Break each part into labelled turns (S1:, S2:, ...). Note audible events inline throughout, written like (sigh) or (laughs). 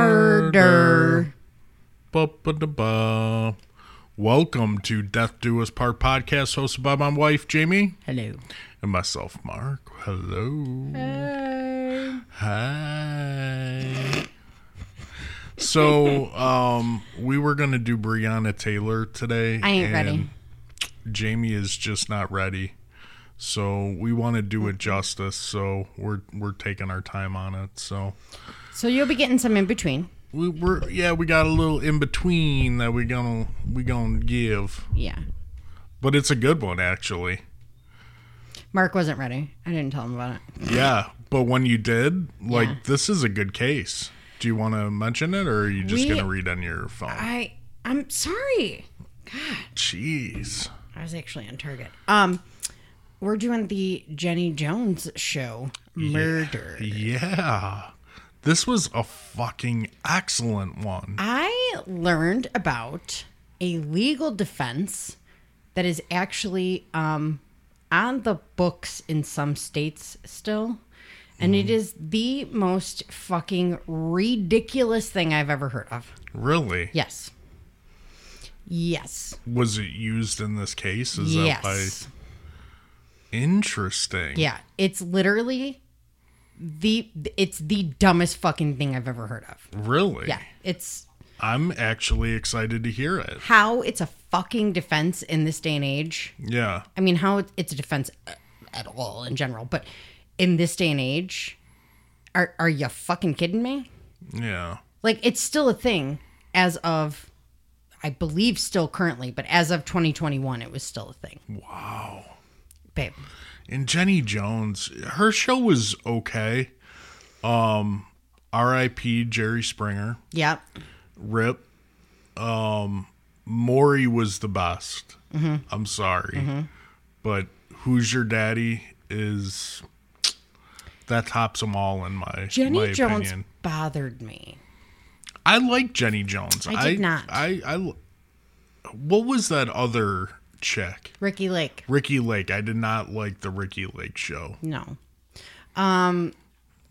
S1: Murder.
S2: Ba-ba-da-ba. Welcome to Death Do Us Part podcast, hosted by my wife Jamie
S1: Hello.
S2: and myself Mark. Hello. Hi. So, um, we were gonna do Brianna Taylor today.
S1: I ain't ready.
S2: Jamie is just not ready. So we want to do it justice. So we're we're taking our time on it. So
S1: So you'll be getting some in between.
S2: we we're yeah we got a little in between that we gonna we gonna give,
S1: Yeah.
S2: but it's a good one actually.
S1: Mark wasn't ready. I didn't tell him about it.
S2: Yeah, but when you did, like this is a good case. Do you want to mention it, or are you just
S1: We-
S2: gonna read on your phone?
S1: I I'm sorry.
S2: Jeez.
S1: I was actually on target. Um we're doing the Jenny Jones show. Murder.
S2: Yeah. This was a fucking excellent one.
S1: I learned about a legal defense that is actually um, on the books in some states still. And
S2: Mm-hmm.
S1: it is the most fucking ridiculous thing I've ever heard of.
S2: Really?
S1: Yes. Yes.
S2: Was it used in this case? Is that by
S1: yes.
S2: interesting?
S1: Yeah. It's literally the it's the dumbest fucking thing I've ever heard of.
S2: Really?
S1: Yeah. It's
S2: I'm actually excited to hear it.
S1: how it's a fucking defense in this day and age.
S2: Yeah.
S1: I mean, how it- it's a defense a- at all in general, but in this day and age, are are you fucking kidding me?
S2: Yeah.
S1: Like, it's still a thing as of, I believe, still currently, but as of 2021, it was still a thing. Wow, babe.
S2: And Jenny Jones, her show was okay. Um R.I.P. Jerry Springer.
S1: Yep.
S2: Rip. Um Maury was the best.
S1: Mm-hmm.
S2: I'm sorry. But Who's Your Daddy is that tops them all in my
S1: Jenny
S2: my
S1: Jones
S2: opinion.
S1: bothered me.
S2: I like Jenny Jones.
S1: I did not.
S2: I, I l- what was that other chick?
S1: Ricky Lake.
S2: Ricky Lake. I did not like the Ricky Lake show.
S1: No. Um,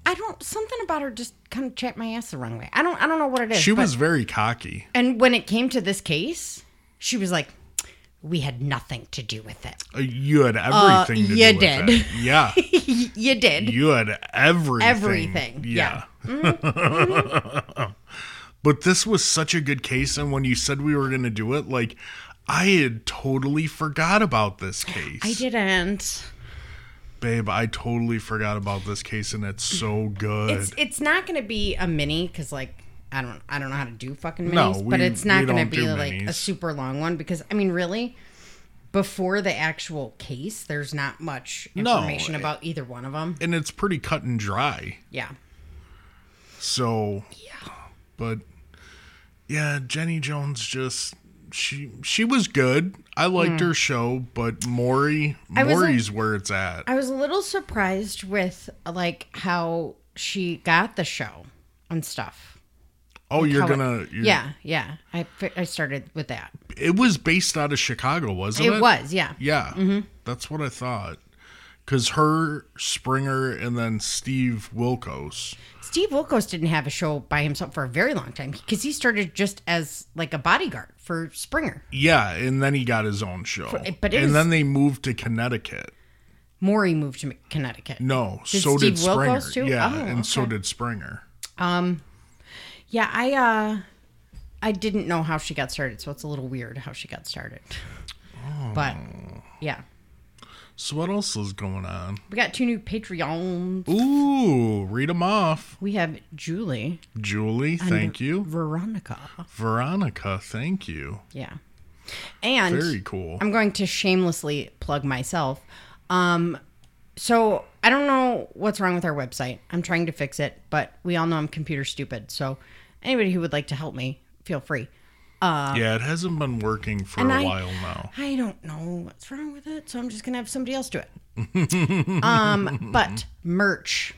S1: I don't. Something about her just kind of chapped my ass the wrong way. I don't. I don't know what it is.
S2: She
S1: but-
S2: was very cocky.
S1: And when it came to this case, she was like, "We had nothing to do with it.
S2: Uh, You had everything to
S1: you
S2: do
S1: did.
S2: with it.
S1: (laughs)
S2: Yeah.
S1: you did.
S2: (laughs) You had everything.
S1: Everything, yeah. Mm-hmm.
S2: (laughs) but this was such a good case and when you said we were going to do it like I had totally forgot about this case.
S1: I didn't.
S2: Babe, I totally forgot about this case and it's so good.
S1: It's it's not going to be a mini because like I don't I don't know how to do fucking
S2: No,
S1: minis,
S2: we-
S1: but it's
S2: we
S1: not going
S2: don't
S1: to
S2: do
S1: be like a
S2: minis.
S1: super long one because I mean really. Before the actual case, there's not much
S2: No,
S1: information about either one of them.
S2: and it's pretty cut and dry.
S1: Yeah.
S2: So yeah, but yeah, Jenny Jones just she she was good. I liked
S1: Hmm.
S2: her show, but Maury
S1: was like-
S2: Maury's where it's at.
S1: I was a little surprised with like how she got the show and stuff.
S2: oh, you're
S1: how it-
S2: gonna you're,
S1: Yeah, yeah. I fi- I started with that.
S2: It was based out of Chicago, wasn't it?
S1: It was, Mm-hmm. yeah.
S2: Yeah, that's what I thought. Cause her Springer and then Steve Wilkos.
S1: Steve Wilkos didn't have a show by himself for a very long time because he started just as like a bodyguard for Springer.
S2: Yeah, and then he got his own show.
S1: but it
S2: and
S1: was-
S2: then they moved to Connecticut.
S1: Morey moved to Connecticut.
S2: No, so
S1: Steve
S2: did Springer.
S1: Wilkos too?
S2: Yeah,
S1: Oh,
S2: and so
S1: okay.
S2: did Springer.
S1: Um, yeah, I uh, I didn't know how she got started, so it's a little weird how she got started.
S2: Oh.
S1: But yeah,
S2: So what else is going on?
S1: we got two new Patreons.
S2: Ooh, read them off.
S1: We have Julie,
S2: Julie, thank you.
S1: Veronica.
S2: Veronica, thank you.
S1: Yeah, and
S2: Very cool.
S1: I'm going to shamelessly plug myself. Um, so I don't know what's wrong with our website. I'm trying to fix it, but we all know I'm computer stupid. So anybody who would like to help me, feel free.
S2: yeah, it hasn't been working for
S1: Uh, and
S2: a
S1: I-
S2: while now.
S1: I don't know what's wrong with it, so I'm just gonna have somebody else do it. (laughs) um, but merch.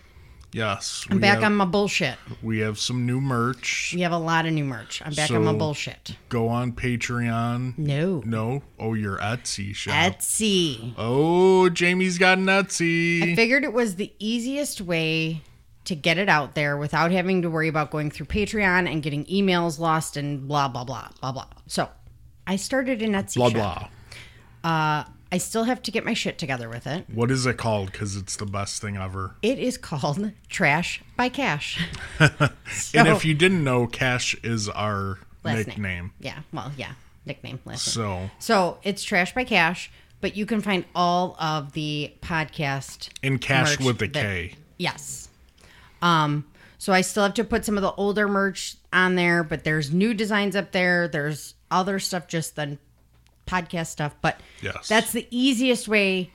S2: Yes,
S1: I'm
S2: we
S1: back
S2: have,
S1: on my bullshit.
S2: we have some new merch.
S1: We have a lot of new merch. I'm back on my
S2: So-
S1: bullshit.
S2: Go on Patreon.
S1: No.
S2: No, oh, your Etsy shop.
S1: Etsy.
S2: oh, Jamie's got an Etsy.
S1: I figured it was the easiest way to get it out there without having to worry about going through Patreon and getting emails lost and blah blah blah blah blah. So I started an Etsy
S2: Blah
S1: shop.
S2: blah.
S1: I still have to get my shit together with it.
S2: What is it called? Because it's the best thing ever.
S1: It is called (laughs) Trash by Cash. (laughs)
S2: And
S1: So-
S2: if you didn't know, Cash is our
S1: Last name.
S2: nickname.
S1: yeah, well, yeah, nickname last name.
S2: So,
S1: So it's Trash by Cash, but you can find all of the podcast
S2: in Cash
S1: merch
S2: with a K.
S1: that- Yes. Um, so I still have to put some of the older merch on there, but there's new designs up there. There's other stuff just than podcast stuff, but
S2: Yes.
S1: that's the easiest way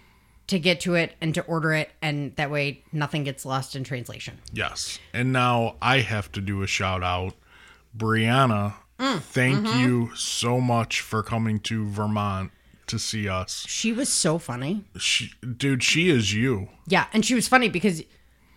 S1: to get to it and to order it, and that way nothing gets lost in translation.
S2: Yes. And now I have to do a shout out. Brianna,
S1: Mm.
S2: thank
S1: Mm-hmm.
S2: you so much for coming to Vermont to see us.
S1: She was so funny.
S2: She, dude, she is you.
S1: Yeah, and she was funny because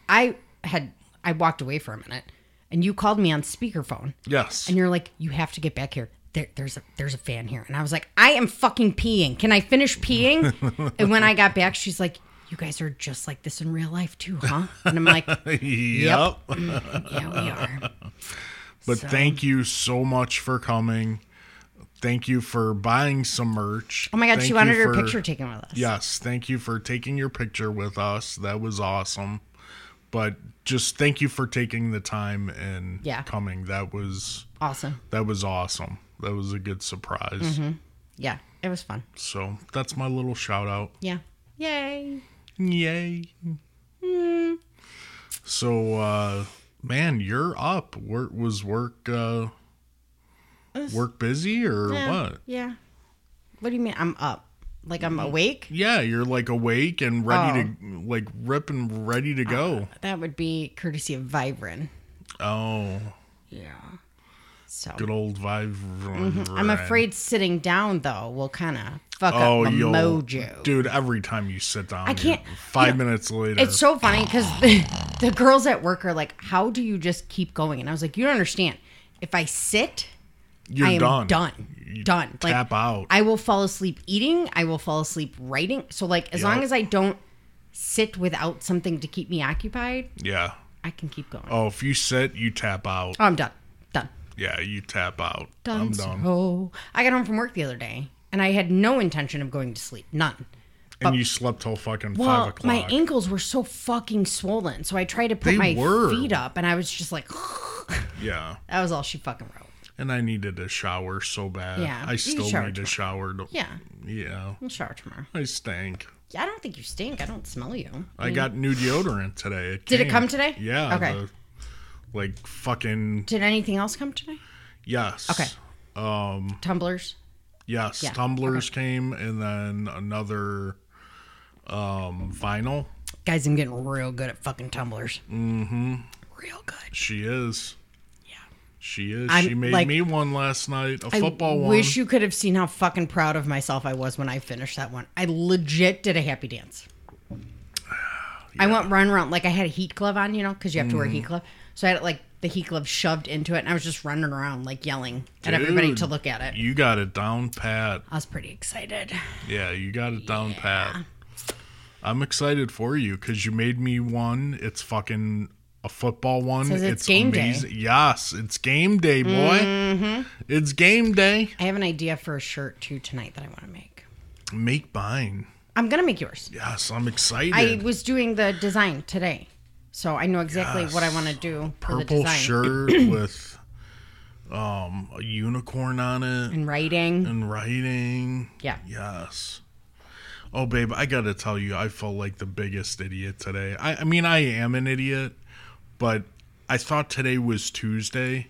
S1: I had I walked away for a minute, and you called me on speakerphone.
S2: Yes. (laughs)
S1: and you're like, you have to get back here. There, there's a there's a fan here, and I was like, I am fucking peeing. Can I finish peeing?
S2: (laughs)
S1: and when I got back, she's like, you guys are just like this in real life too, huh? And I'm like,
S2: yep.
S1: yeah, we are.
S2: But
S1: So-
S2: thank you so much for coming. Thank you for buying some merch.
S1: Oh my god,
S2: Thank
S1: she
S2: you
S1: wanted her
S2: for-
S1: picture taken with us.
S2: Yes, thank you for taking your picture with us. That was awesome. But just thank you for taking the time and
S1: Yeah.
S2: coming. That was
S1: awesome.
S2: that was awesome. That was a good surprise.
S1: Mm-hmm. Yeah, it was fun.
S2: So that's my little shout out.
S1: Yeah, yay.
S2: Yay. So uh man, you're up. Work was work uh work busy or
S1: Yeah,
S2: what?
S1: Yeah. What do you mean? I'm up. Like
S2: Mm-hmm.
S1: I'm awake.
S2: Yeah, you're like awake and ready
S1: Oh.
S2: to like rip and ready to go.
S1: That would be courtesy of Vibrin.
S2: Oh,
S1: Yeah. So
S2: good old vibe.
S1: Mm-hmm. I'm afraid sitting down though will kind of fuck
S2: Oh,
S1: up my
S2: you'll,
S1: mojo.
S2: dude. Every time you sit down, I
S1: can't-
S2: Five minutes later,
S1: It's so funny because the, (laughs) the girls at work are like, "How do you just keep going?" And I was like, "You don't understand. If I sit,
S2: you're
S1: I am
S2: done.
S1: done, done. Like,
S2: tap out.
S1: I will fall asleep eating. I will fall asleep writing. So like, as long
S2: Yep.
S1: as I don't sit without something to keep me occupied,
S2: Yeah.
S1: I can keep going. Oh,
S2: Oh, if you sit, you tap out.
S1: I'm done, done,
S2: Yeah, you tap out.
S1: done.
S2: I'm done.
S1: So I got home from work the other day, and I had no intention of going to sleep, none.
S2: and you slept till fucking
S1: Well,
S2: five o'clock.
S1: my ankles were so fucking swollen, so I tried to put
S2: They
S1: my
S2: were.
S1: feet up, and I was just like,
S2: yeah,
S1: that was all she fucking wrote.
S2: and I needed a shower so bad.
S1: Yeah,
S2: I
S1: you
S2: still
S1: shower
S2: need a shower. To,
S1: Yeah,
S2: yeah,
S1: we'll shower tomorrow.
S2: I stank.
S1: I don't think you stink. I don't smell you.
S2: I got new deodorant today. It
S1: Did it
S2: came.
S1: come today?
S2: Yeah.
S1: Okay.
S2: the- like fucking
S1: Did anything else come today?
S2: yes.
S1: Okay. Um, Tumblers.
S2: Yes,
S1: Yeah,
S2: tumblers came, and then another um vinyl.
S1: Guys, I'm getting real good at fucking tumblers. Mm-hmm. Real good.
S2: She is.
S1: Yeah.
S2: She is.
S1: I'm,
S2: she made
S1: like-
S2: me one last night, a
S1: I
S2: football one.
S1: wish you could have seen how fucking proud of myself I was when I finished that one. I legit did a happy
S2: (sighs)
S1: dance. I went run around like I had a heat glove on, you know, because you have to wear a
S2: Mm.
S1: heat glove. So I had like the heat glove shoved into it, and I was just running around like yelling at everybody
S2: Dude,
S1: to look at it.
S2: You got it down pat.
S1: I was pretty excited.
S2: Yeah, you got it down pat. I'm excited for you because you made me one. It's fucking a football one.
S1: Says it's
S2: it's
S1: game day. Mm-hmm.
S2: amazing. Yes, it's game day, boy. It's game day.
S1: I have an idea for a shirt too tonight that I want to make.
S2: Make mine.
S1: I'm gonna make yours.
S2: Yes, I'm excited.
S1: I was doing the design today, so I know exactly what I want to do for the
S2: purple
S1: design (clears throat)
S2: shirt with um a unicorn on it
S1: and writing.
S2: and writing.
S1: Yeah.
S2: Yes. Oh babe, I gotta tell you, I felt like the biggest idiot today. I, I mean I am an idiot, but I thought today was Tuesday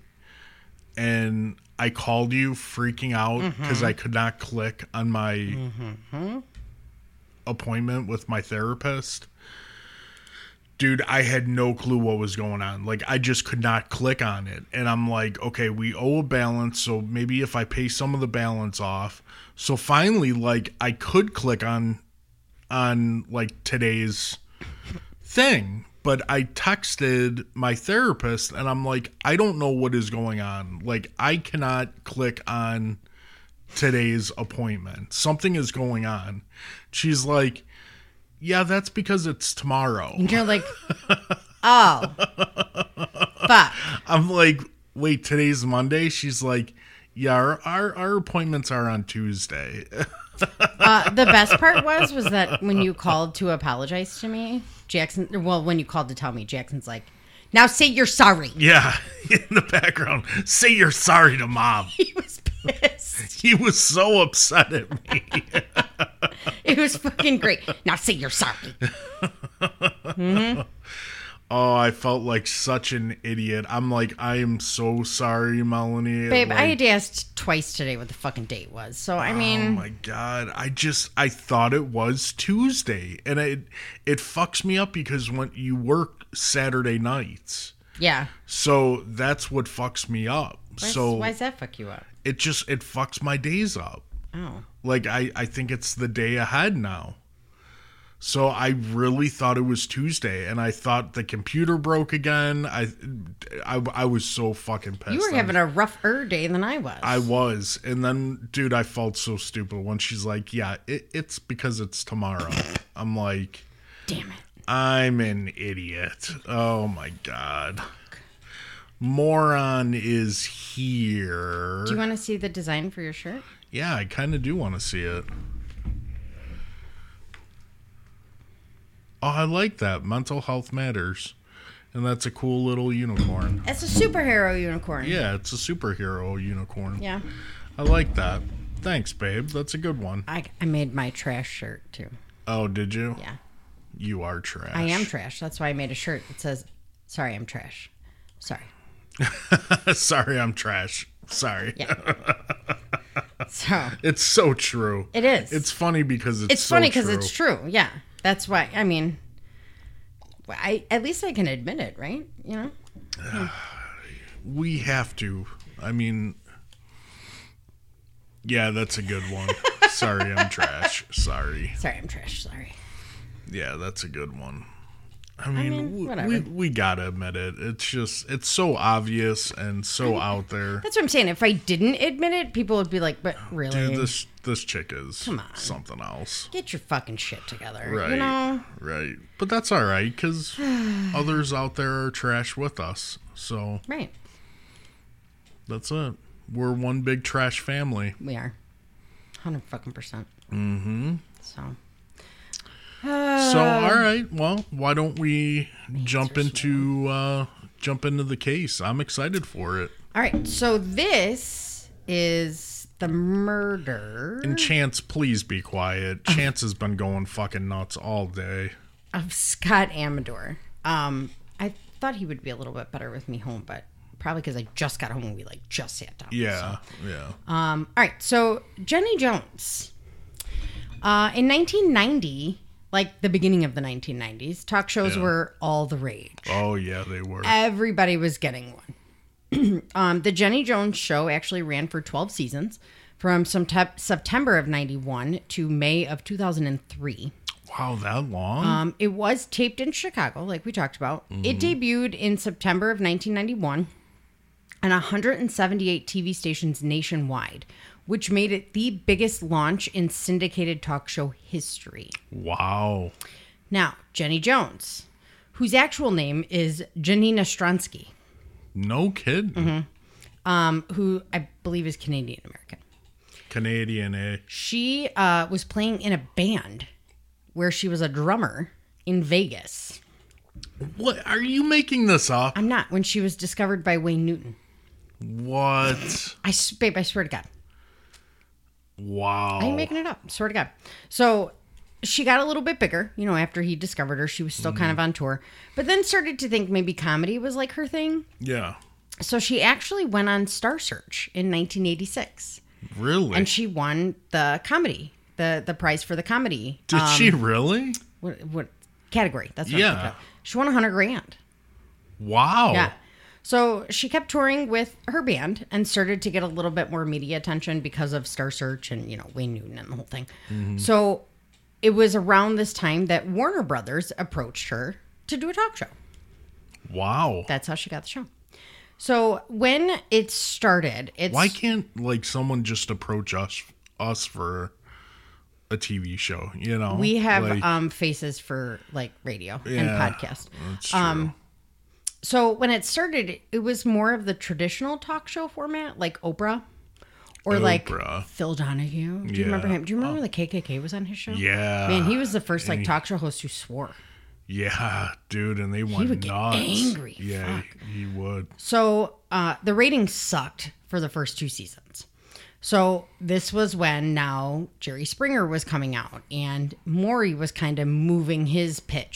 S2: and I called you freaking out because I could not click on my appointment with my therapist. Dude, I had no clue what was going on. Like, I just could not click on it. And I'm like, okay, we owe a balance. So maybe if I pay some of the balance off. So finally, like, I could click on, on like today's thing. But I texted my therapist and I'm like, I don't know what is going on. Like, I cannot click on today's appointment. Something is going on. She's like, Yeah, that's because it's tomorrow.
S1: And you're like, Oh. Fuck.
S2: I'm like, wait, today's Monday? She's like, yeah, our, our, our appointments are on Tuesday. (laughs)
S1: Uh, the best part was was that when you called to apologize to me, Jackson. Well, when you called to tell me, Jackson's like, "Now say you're sorry."
S2: yeah, in the background. Say you're sorry to mom.
S1: (laughs) He was pissed.
S2: He was so upset at me.
S1: It was fucking great. Now say
S2: (laughs)
S1: you're sorry.
S2: Oh, I felt like such an idiot. I'm like, I am so sorry, Melanie.
S1: Babe,
S2: Like,
S1: I had asked twice today what the fucking date was. So, I
S2: Oh
S1: mean,
S2: my god! I just I thought it was Tuesday, and it it fucks me up because when you work Saturday nights,
S1: yeah.
S2: so that's what fucks me up.
S1: Why's,
S2: so
S1: why's that fuck you up?
S2: it just it fucks my days up.
S1: Oh.
S2: Like I I think it's the day ahead now. So I really thought it was Tuesday, and I thought the computer broke again. I I, I was so fucking pissed.
S1: You were
S2: I was
S1: having a rougher day than I was.
S2: I was, and then, dude, I felt so stupid when she's like, "Yeah, it, it's because it's
S1: (laughs)
S2: tomorrow." I'm like,
S1: Damn it.
S2: "I'm an idiot." Oh my god, moron is here.
S1: Do you want to see the design for your shirt?
S2: yeah, I kind of do want to see it. Oh, I like that. Mental health matters, and that's a cool little unicorn.
S1: It's a superhero unicorn.
S2: Yeah, it's a superhero unicorn.
S1: Yeah.
S2: I like that. Thanks, babe. That's a good one.
S1: I, I made my trash shirt too.
S2: Oh, did you?
S1: Yeah.
S2: You are trash. (laughs)
S1: I am trash. That's why I made a shirt that says, Sorry, I'm trash. Sorry.
S2: Sorry, I'm trash. Sorry. (laughs)
S1: So,
S2: It's so true.
S1: it is.
S2: It's funny because it's
S1: it's
S2: so
S1: funny because
S2: true.
S1: it's true. Yeah, that's why. I mean, I at least I can admit it, right? You know,
S2: we have to. I mean, yeah, that's a good
S1: (laughs)
S2: one. Sorry, I'm trash. Sorry.
S1: sorry, I'm trash. Sorry.
S2: Yeah, that's a good one. I mean,
S1: mean,
S2: w-
S1: whatever.
S2: we we gotta admit it. It's just it's so obvious and so out there.
S1: That's what I'm saying. If I didn't admit it, people would be like, "But really,
S2: Dude, this this chick is
S1: Come on.
S2: something else.
S1: get your fucking shit together."
S2: Right.
S1: You know,
S2: Right. But that's all right because others out there are trash with us. So
S1: right?
S2: that's it. We're one big trash family.
S1: We are, hundred fucking percent. Mm-hmm. So, uh,
S2: So all right. Well, why don't we jump into uh, jump into the case? I'm excited for it.
S1: all right. So this is the murder
S2: And Chance, please be quiet.
S1: Uh.
S2: Chance has been going fucking nuts all day.
S1: of Scott Amador. Um, I thought he would be a little bit better with me home, but probably because I just got home and we like just sat down.
S2: Yeah. Yeah.
S1: Um, all right. So Jenny Jones, uh, in 1990, like the beginning of the 1990s, talk shows
S2: Yeah.
S1: were all the rage.
S2: Oh yeah, they were.
S1: Uh. Everybody was getting one. (clears throat) um, the Jenny Jones show actually ran for 12 seasons from some September of 91 to May of 2003.
S2: Wow, that long?
S1: Um, it was taped in Chicago, like we talked about. It debuted in September of 1991 on 178 TV stations nationwide, which made it the biggest launch in syndicated talk show history.
S2: wow.
S1: Now, Jenny Jones, whose actual name is Janina Stronsky,
S2: No kidding.
S1: Mm-hmm. um, who I believe is Canadian American.
S2: Canadian, eh?
S1: She uh, was playing in a band where she was a drummer in Vegas.
S2: What are you making this up?
S1: I'm not when she was discovered by Wayne Newton.
S2: What?
S1: I s- babe, I swear to God,
S2: Wow. Oh.
S1: I ain't making it up. Swear to God. So she got a little bit bigger, you know, after he discovered her. She was still kind of on tour, but then started to think maybe comedy was like her thing.
S2: yeah.
S1: So she actually went on Star Search in 1986,
S2: Really?
S1: and she won the comedy, the the prize for the comedy.
S2: Did she
S1: um,
S2: really?
S1: What, what category? That's what
S2: Yeah. Oh.
S1: I'm thinking of. She won 100 grand.
S2: Wow.
S1: Yeah. So she kept touring with her band and started to get a little bit more media attention because of Star Search and, you know, Wayne Newton and the whole thing.
S2: Mm-hmm.
S1: So it was around this time that Warner Brothers approached her to do a talk show.
S2: Wow.
S1: That's how she got the show. So when it started, it's
S2: Why can't like someone just approach us us for a TV show? You know,
S1: we have uh,
S2: Like,
S1: um faces for like radio and
S2: Yeah,
S1: podcast.
S2: that's true.
S1: Um So when it started, it was more of the traditional talk show format, like Oprah, or
S2: Oprah.
S1: like Phil Donahue. Do you remember
S2: Yeah. Oh.
S1: him? Do you remember when the KKK was on his show?
S2: Yeah.
S1: man, he was the first like talk show host who swore.
S2: Yeah, dude, and they went
S1: would get
S2: nuts.
S1: angry,
S2: Yeah, he, he would.
S1: So uh, the ratings sucked for the first two seasons. So this was when now Jerry Springer was coming out and Maury was kind of moving his pitch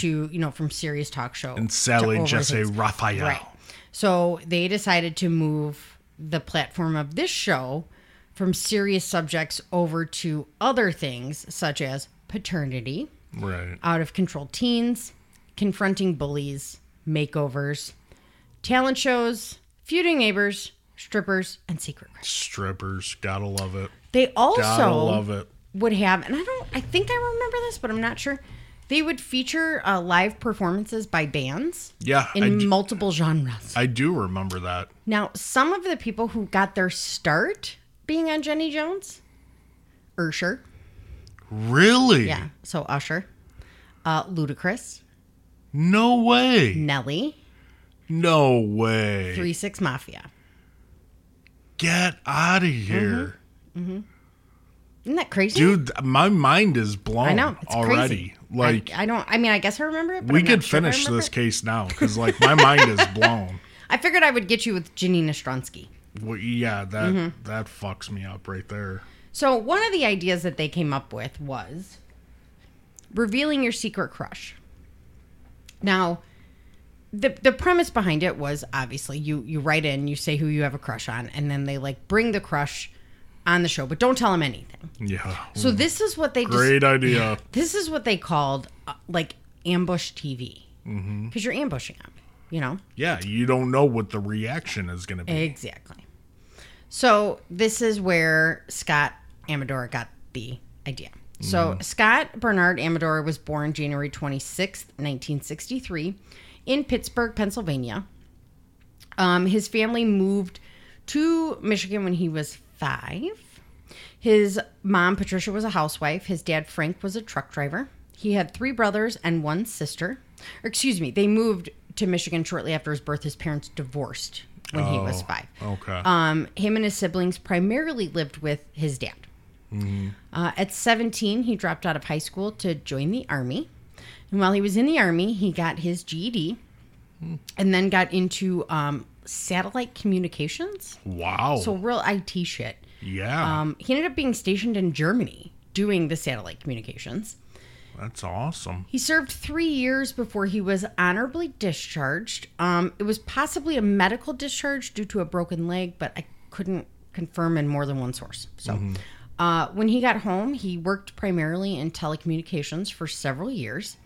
S1: to, you know, from serious talk show.
S2: Mm-hmm. And Sally
S1: to
S2: Jesse
S1: overseas.
S2: Raphael.
S1: Right. So they decided to move the platform of this show from serious subjects over to other things such as paternity,
S2: Right.
S1: out of control teens, confronting bullies, makeovers, talent shows, feuding neighbors, strippers, and secret. crime.
S2: Strippers, gotta love it.
S1: They also
S2: Gotta love it.
S1: would have, and I don't, I think I remember this, but I'm not sure. They would feature uh, live performances by bands
S2: Yeah, I
S1: in
S2: do-
S1: multiple genres.
S2: I do remember that.
S1: Now, some of the people who got their start being on Jenny Jones, Usher,
S2: Really?
S1: yeah, so Usher, uh, Ludacris,
S2: No way.
S1: Nelly,
S2: No way.
S1: Three Six Mafia.
S2: Get out of
S1: Mm-hmm.
S2: here.
S1: Isn't that crazy?
S2: Dude, th- my mind is blown
S1: I know it's
S2: already.
S1: Crazy.
S2: Like
S1: I, I don't. I mean, I guess I remember it. But
S2: we
S1: I'm
S2: could
S1: not sure if I
S2: finish
S1: remember
S2: this
S1: it.
S2: case now cuz like my mind
S1: (laughs)
S2: is blown.
S1: I figured I would get you with Janina Stronsky.
S2: Well, yeah, that
S1: Mm-hmm.
S2: that fucks me up right there.
S1: So one of the ideas that they came up with was revealing your secret crush. Now, the the premise behind it was obviously you you write in, you say who you have a crush on, and then they like bring the crush on the show, but don't tell them anything.
S2: Yeah.
S1: So this is what they just-
S2: Mm. Great idea.
S1: this is what they called uh, like ambush TV because
S2: Mm-hmm.
S1: you're ambushing them, you know.
S2: (laughs) Yeah, you don't know what the reaction is going to be.
S1: Exactly. So this is where Scott Amador got the idea. So Scott Bernard Amador was born January 26th, 1963 in Pittsburgh, Pennsylvania. Um, his family moved to Michigan when he was five. His mom, Patricia, was a housewife. His dad, Frank, was a truck driver. He had three brothers and one sister. Or, excuse me, they moved to Michigan shortly after his birth. His parents divorced when he was
S2: Oh,
S1: five.
S2: okay.
S1: Um, him and his siblings primarily lived with his dad. Uh, at 17, he dropped out of high school to join the Army. And while he was in the Army, he got his GED and then got into um, satellite communications.
S2: wow.
S1: So, real IT shit.
S2: yeah.
S1: Um, he ended up being stationed in Germany doing the satellite communications.
S2: that's awesome.
S1: He served three years before he was honorably discharged. Um, it was possibly a medical discharge due to a broken leg, but I couldn't confirm in more than one source. So,
S2: Mm-hmm.
S1: uh, when he got home, he worked primarily in telecommunications for several years,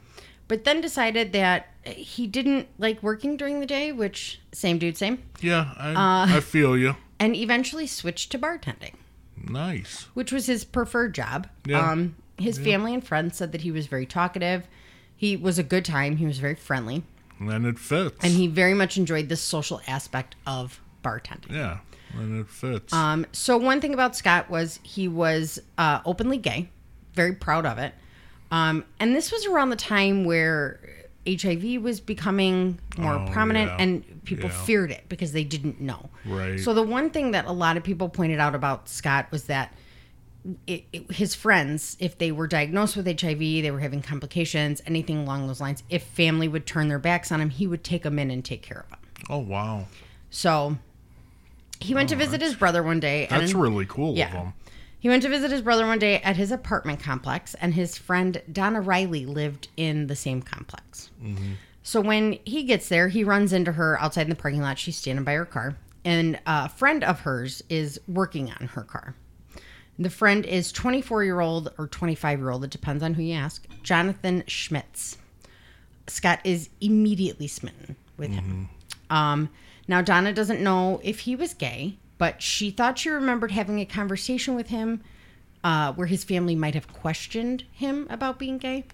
S1: but then decided that he didn't like working during the day, which, same dude, same,
S2: Yeah, I,
S1: uh,
S2: I feel you.
S1: and eventually switched to bartending.
S2: Nice.
S1: which was his preferred job.
S2: Yeah.
S1: Um, his family and friends said that he was very talkative. He was a good time. He was very friendly,
S2: And it fits.
S1: and he very much enjoyed the social aspect of bartending.
S2: yeah, and it fits.
S1: Um, so one thing about Scott was he was uh, openly gay, very proud of it. Um, and this was around the time where HIV was becoming more
S2: Oh,
S1: prominent,
S2: yeah.
S1: and people
S2: Yeah.
S1: feared it because they didn't know.
S2: Right.
S1: So the one thing that a lot of people pointed out about Scott was that it, it, his friends, if they were diagnosed with HIV, they were having complications, anything along those lines. If family would turn their backs on him, he would take them in and take care of them.
S2: oh wow,
S1: So he went to visit his brother one day.
S2: that's
S1: and,
S2: really cool of
S1: yeah.
S2: him.
S1: He went to visit his brother one day at his apartment complex, and his friend Donna Riley lived in the same complex. So when he gets there, he runs into her outside in the parking lot. She's standing by her car, and a friend of hers is working on her car. The friend is 24 year old or 25 year old, it depends on who you ask, Jonathan Schmitz. Scott is immediately smitten with him. Um, now, Donna doesn't know if he was gay, but she thought she remembered having a conversation with him uh, where his family might have questioned him about being gay.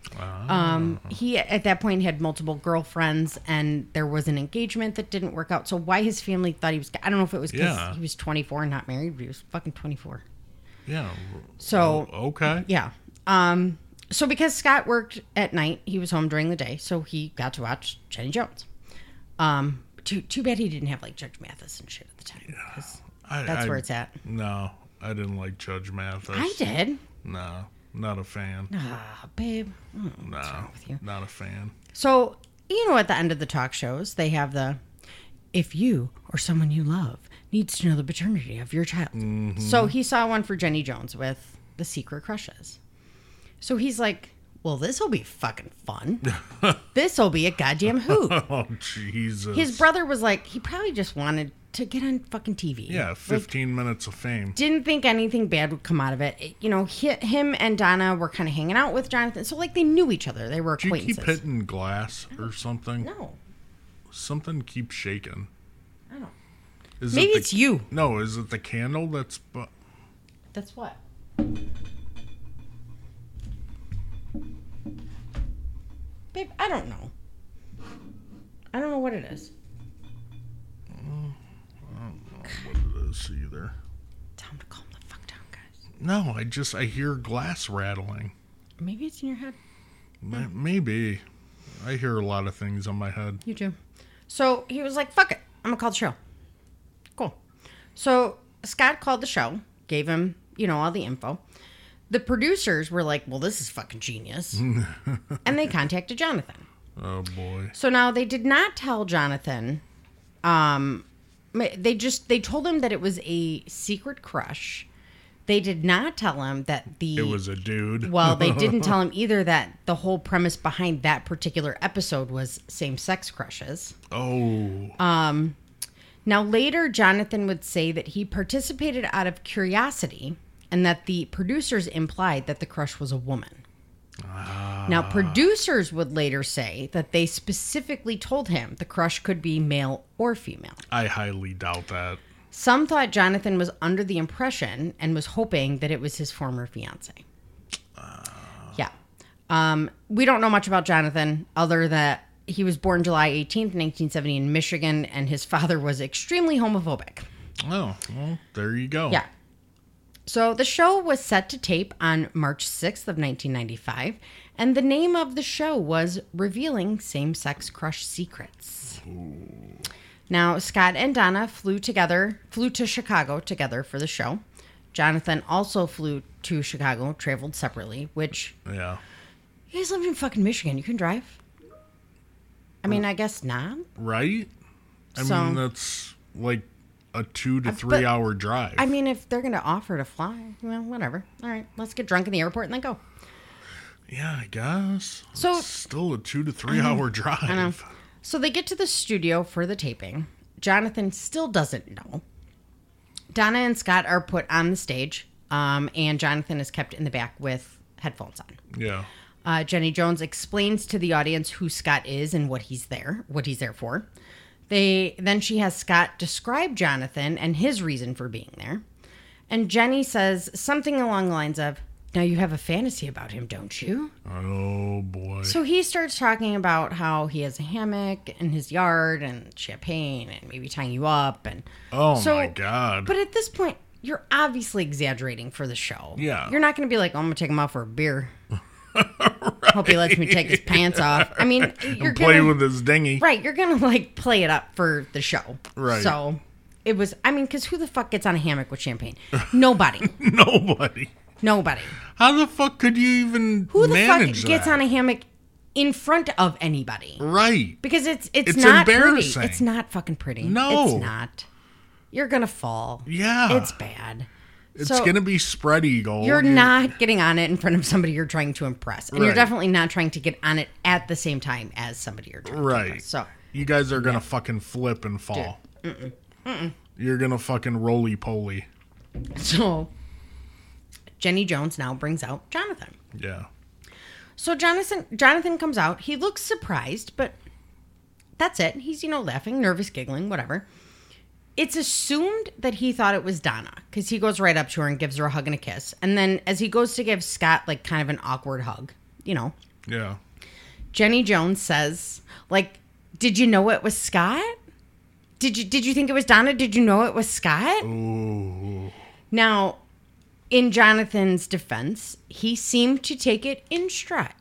S1: Um, he, at that point, had multiple girlfriends, and there was an engagement that didn't work out. So, why his family thought he was gay, I don't know if it was because
S2: Yeah.
S1: he was 24 and not married, but he was fucking 24.
S2: Yeah. Oh,
S1: So,
S2: Okay.
S1: yeah. Um, so because Scott worked at night, he was home during the day, so he got to watch Jenny Jones. Um, too too bad he didn't have like Judge Mathis and shit at the time. 'cause
S2: I,
S1: That's
S2: I-
S1: where it's at.
S2: No, I didn't like Judge Mathis.
S1: I did.
S2: No, not a fan.
S1: Ah, babe. Mm.
S2: No,
S1: with you?
S2: not a fan. (laughs)
S1: So, you know, at the end of the talk shows, they have the if you or someone you love needs to know the paternity of your child.
S2: Mm-hmm.
S1: So he saw one for Jenny Jones with the secret crushes. So he's like, well, this will be fucking
S2: (laughs)
S1: fun. this will be a goddamn hoot.
S2: Oh Jesus!
S1: His brother was like, he probably just wanted to get on fucking TV.
S2: yeah,
S1: Like,
S2: fifteen minutes of fame.
S1: didn't think anything bad would come out of it. It- you know, hi him and Donna were kind of hanging out with Jonathan. So, like, they knew each other. They were
S2: Do you
S1: acquaintances.
S2: keep hitting glass or something?
S1: No,
S2: Something keeps shaking.
S1: I don't.
S2: Is
S1: Maybe
S2: it the,
S1: it's you.
S2: No, is it the candle that's? Bu-
S1: That's what? Babe, I don't know. I don't know what it is.
S2: this either.
S1: Time to calm the fuck down, guys.
S2: No, I just I hear glass rattling.
S1: Maybe it's in your head. Hmm.
S2: Ma- Maybe. I hear a lot of things on my head.
S1: You do. So he was like, fuck it. I'm going to call the show. Cool. So Scott called the show, gave him, you know, all the info. The producers were like, well, this is fucking genius. and they contacted Jonathan.
S2: Oh boy.
S1: So now they did not tell Jonathan. Um, they just they told him that it was a secret crush. They did not tell him that the
S2: It was a dude.
S1: (laughs) well,
S2: (laughs)
S1: they didn't tell him either that the whole premise behind that particular episode was same-sex crushes.
S2: Oh.
S1: uh, Um, Now later, Jonathan would say that he participated out of curiosity, and that the producers implied that the crush was a woman. Now, producers would later say that they specifically told him the crush could be male or female.
S2: I highly doubt that.
S1: Some thought Jonathan was under the impression and was hoping that it was his former fiance. Yeah. Um, we don't know much about Jonathan other that he was born July 18th, 1970 in Michigan, and his (laughs) father was extremely homophobic.
S2: Oh, well, there you go.
S1: Yeah. So the show was set to tape on March 6th of 1995, and the name of the show was Revealing Same-Sex Crush Secrets. Now, Scott and Donna flew together, flew to Chicago together for the show. Jonathan also flew to Chicago, traveled separately, which
S2: Yeah.
S1: you guys live in fucking Michigan. You can drive. I mean, I guess not.
S2: Right? I
S1: So-
S2: mean, that's like a two to three
S1: but-
S2: hour drive.
S1: I mean, if they're going to offer to fly, well, whatever. All right, let's get drunk in the airport and then go.
S2: yeah, I guess.
S1: So-
S2: It's still a two to three hour drive.
S1: So they get to the studio for the taping. Jonathan still doesn't know. Donna and Scott are put on the stage, um, and Jonathan is kept in the back with headphones on.
S2: Yeah.
S1: Uh, Jenny Jones explains to the audience who Scott is and what he's there, what he's there for. They then she has Scott describe Jonathan and his reason for being there, and Jenny says something along the lines of, "Now you have a fantasy about him, don't you?"
S2: Oh boy.
S1: So he starts talking about how he has a hammock in his yard and champagne and maybe tying you up and
S2: oh
S1: so-
S2: my god.
S1: but at this point you're obviously exaggerating for the show.
S2: Yeah.
S1: You're not gonna be like, oh, I'm gonna take him out for
S2: (laughs)
S1: a beer. Hope he lets me take his pants off. I mean
S2: (laughs)
S1: you're
S2: and play
S1: gonna,
S2: with his dinghy.
S1: Right, you're gonna like play it up for the show.
S2: Right.
S1: So it was I mean, cause who the fuck gets on a hammock with champagne?
S2: (laughs)
S1: Nobody.
S2: (laughs) Nobody.
S1: Nobody.
S2: How the fuck could you even
S1: Who the
S2: manage
S1: fuck gets
S2: that?
S1: on a hammock in front of anybody?
S2: Right.
S1: Because it's it's,
S2: It's
S1: not
S2: embarrassing.
S1: pretty. It's not fucking pretty.
S2: No.
S1: it's not. You're gonna fall.
S2: Yeah.
S1: it's bad.
S2: It's
S1: So,
S2: gonna be spread eagle.
S1: You're not getting on it in front of somebody you're trying to impress, and you're
S2: Right.
S1: definitely not trying to get on it at the same time as somebody you're trying to
S2: Right.
S1: impress. So
S2: You guys are gonna fucking flip and fall. You're gonna fucking roly poly.
S1: so Jenny Jones now brings out Jonathan.
S2: Yeah.
S1: So Jonathan Jonathan comes out. He looks surprised, but that's it. He's you know laughing, nervous, giggling, whatever. It's assumed that he thought it was Donna because he goes right up to her and gives her a hug and a kiss. And then as he goes to give Scott like kind of an awkward hug, you know,
S2: Yeah.
S1: Jenny Jones says like, "Did you know it was Scott? Did you did you think it was Donna? Did you know it was Scott?"
S2: Ooh.
S1: Now,
S2: Mm-hmm.
S1: in Jonathan's defense, he seemed to take it in stride.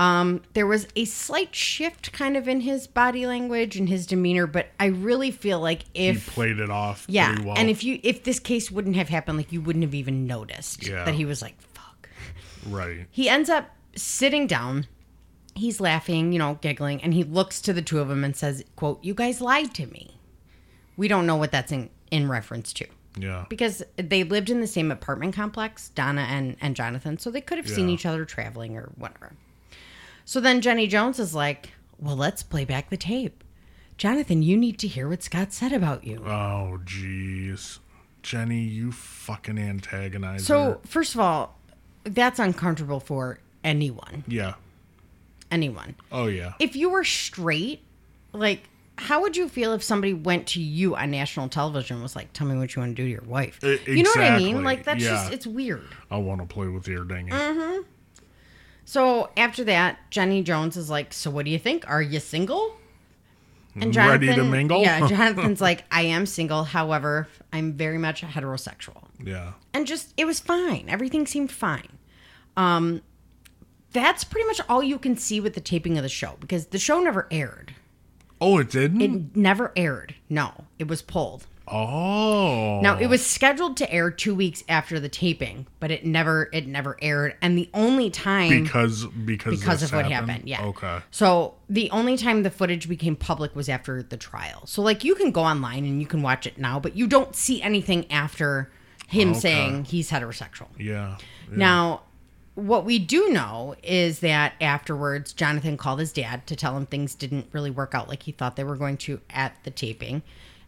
S1: Um, there was a slight shift kind of in his body language and his demeanor, but I really feel like
S2: He
S1: if
S2: played it off
S1: yeah,
S2: pretty well.
S1: and if you if this case wouldn't have happened, like you wouldn't have even noticed
S2: Yeah.
S1: that he was like fuck.
S2: right.
S1: He ends up sitting down. He's laughing, you know, giggling, and he looks to the two of them and says, "quote You guys lied to me." We don't know what that's in in reference to
S2: Yeah.
S1: because they lived in the same apartment complex, Donna and, and Jonathan, so they could have seen
S2: Yeah.
S1: each other traveling or whatever. So then Jenny Jones is like, Well, let's play back the tape. Jonathan, you need to hear what Scott said about you.
S2: Oh jeez. Jenny, you fucking antagonizer.
S1: so, first of all, that's uncomfortable for anyone.
S2: yeah.
S1: Anyone.
S2: Oh yeah.
S1: If you were straight, like, how would you feel if somebody went to you on national television and was like, Tell me what you want to do to your wife?
S2: E-
S1: You know what I mean?
S2: exactly.
S1: Like, that's
S2: Yeah.
S1: just, it's weird.
S2: I want to play with your dang it.
S1: Mm-hmm. So after that, Jenny Jones is like, "So what do you think? Are you single?" And
S2: Ready to mingle? (laughs)
S1: Yeah, Jonathan's like, "I am single. However, I'm very much heterosexual."
S2: Yeah.
S1: And just it was fine. Everything seemed fine. Um that's pretty much all you can see with the taping of the show because the show never aired.
S2: Oh, it didn't.
S1: It never aired. No, it was pulled.
S2: oh.
S1: Now it was scheduled to air 2 weeks after the taping, but it never it never aired and the only time
S2: because because
S1: because
S2: this
S1: of what happened. Yeah.
S2: Okay.
S1: So the only time the footage became public was after the trial. So like you can go online and you can watch it now, but you don't see anything after him
S2: Okay.
S1: saying he's heterosexual.
S2: Yeah.
S1: Now, what we do know is that afterwards, Jonathan called his dad to tell him things didn't really work out like he thought they were going to at the taping.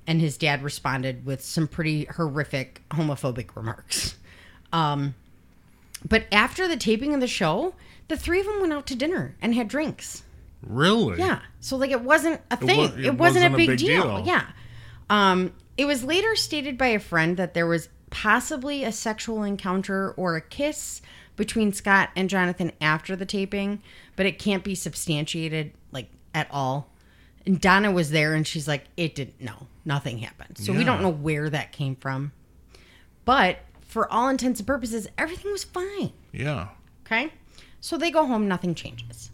S1: And his dad responded with some pretty horrific homophobic remarks. Um, but after the taping of the show, the three of them went out to dinner and had drinks.
S2: Really?
S1: Yeah. So like it wasn't a thing.
S2: wa-
S1: it, wasn't, a big, deal.
S2: deal.
S1: Yeah. Um, it was later stated by a friend that there was possibly a sexual encounter or a kiss between Scott and Jonathan after the taping, but it can't be substantiated like at all. And Donna was there and she's like, it didn't no, nothing happened. So we don't
S2: Yeah.
S1: know where that came from. But for all intents and purposes, everything was fine.
S2: Yeah.
S1: Okay. So they go home, nothing changes.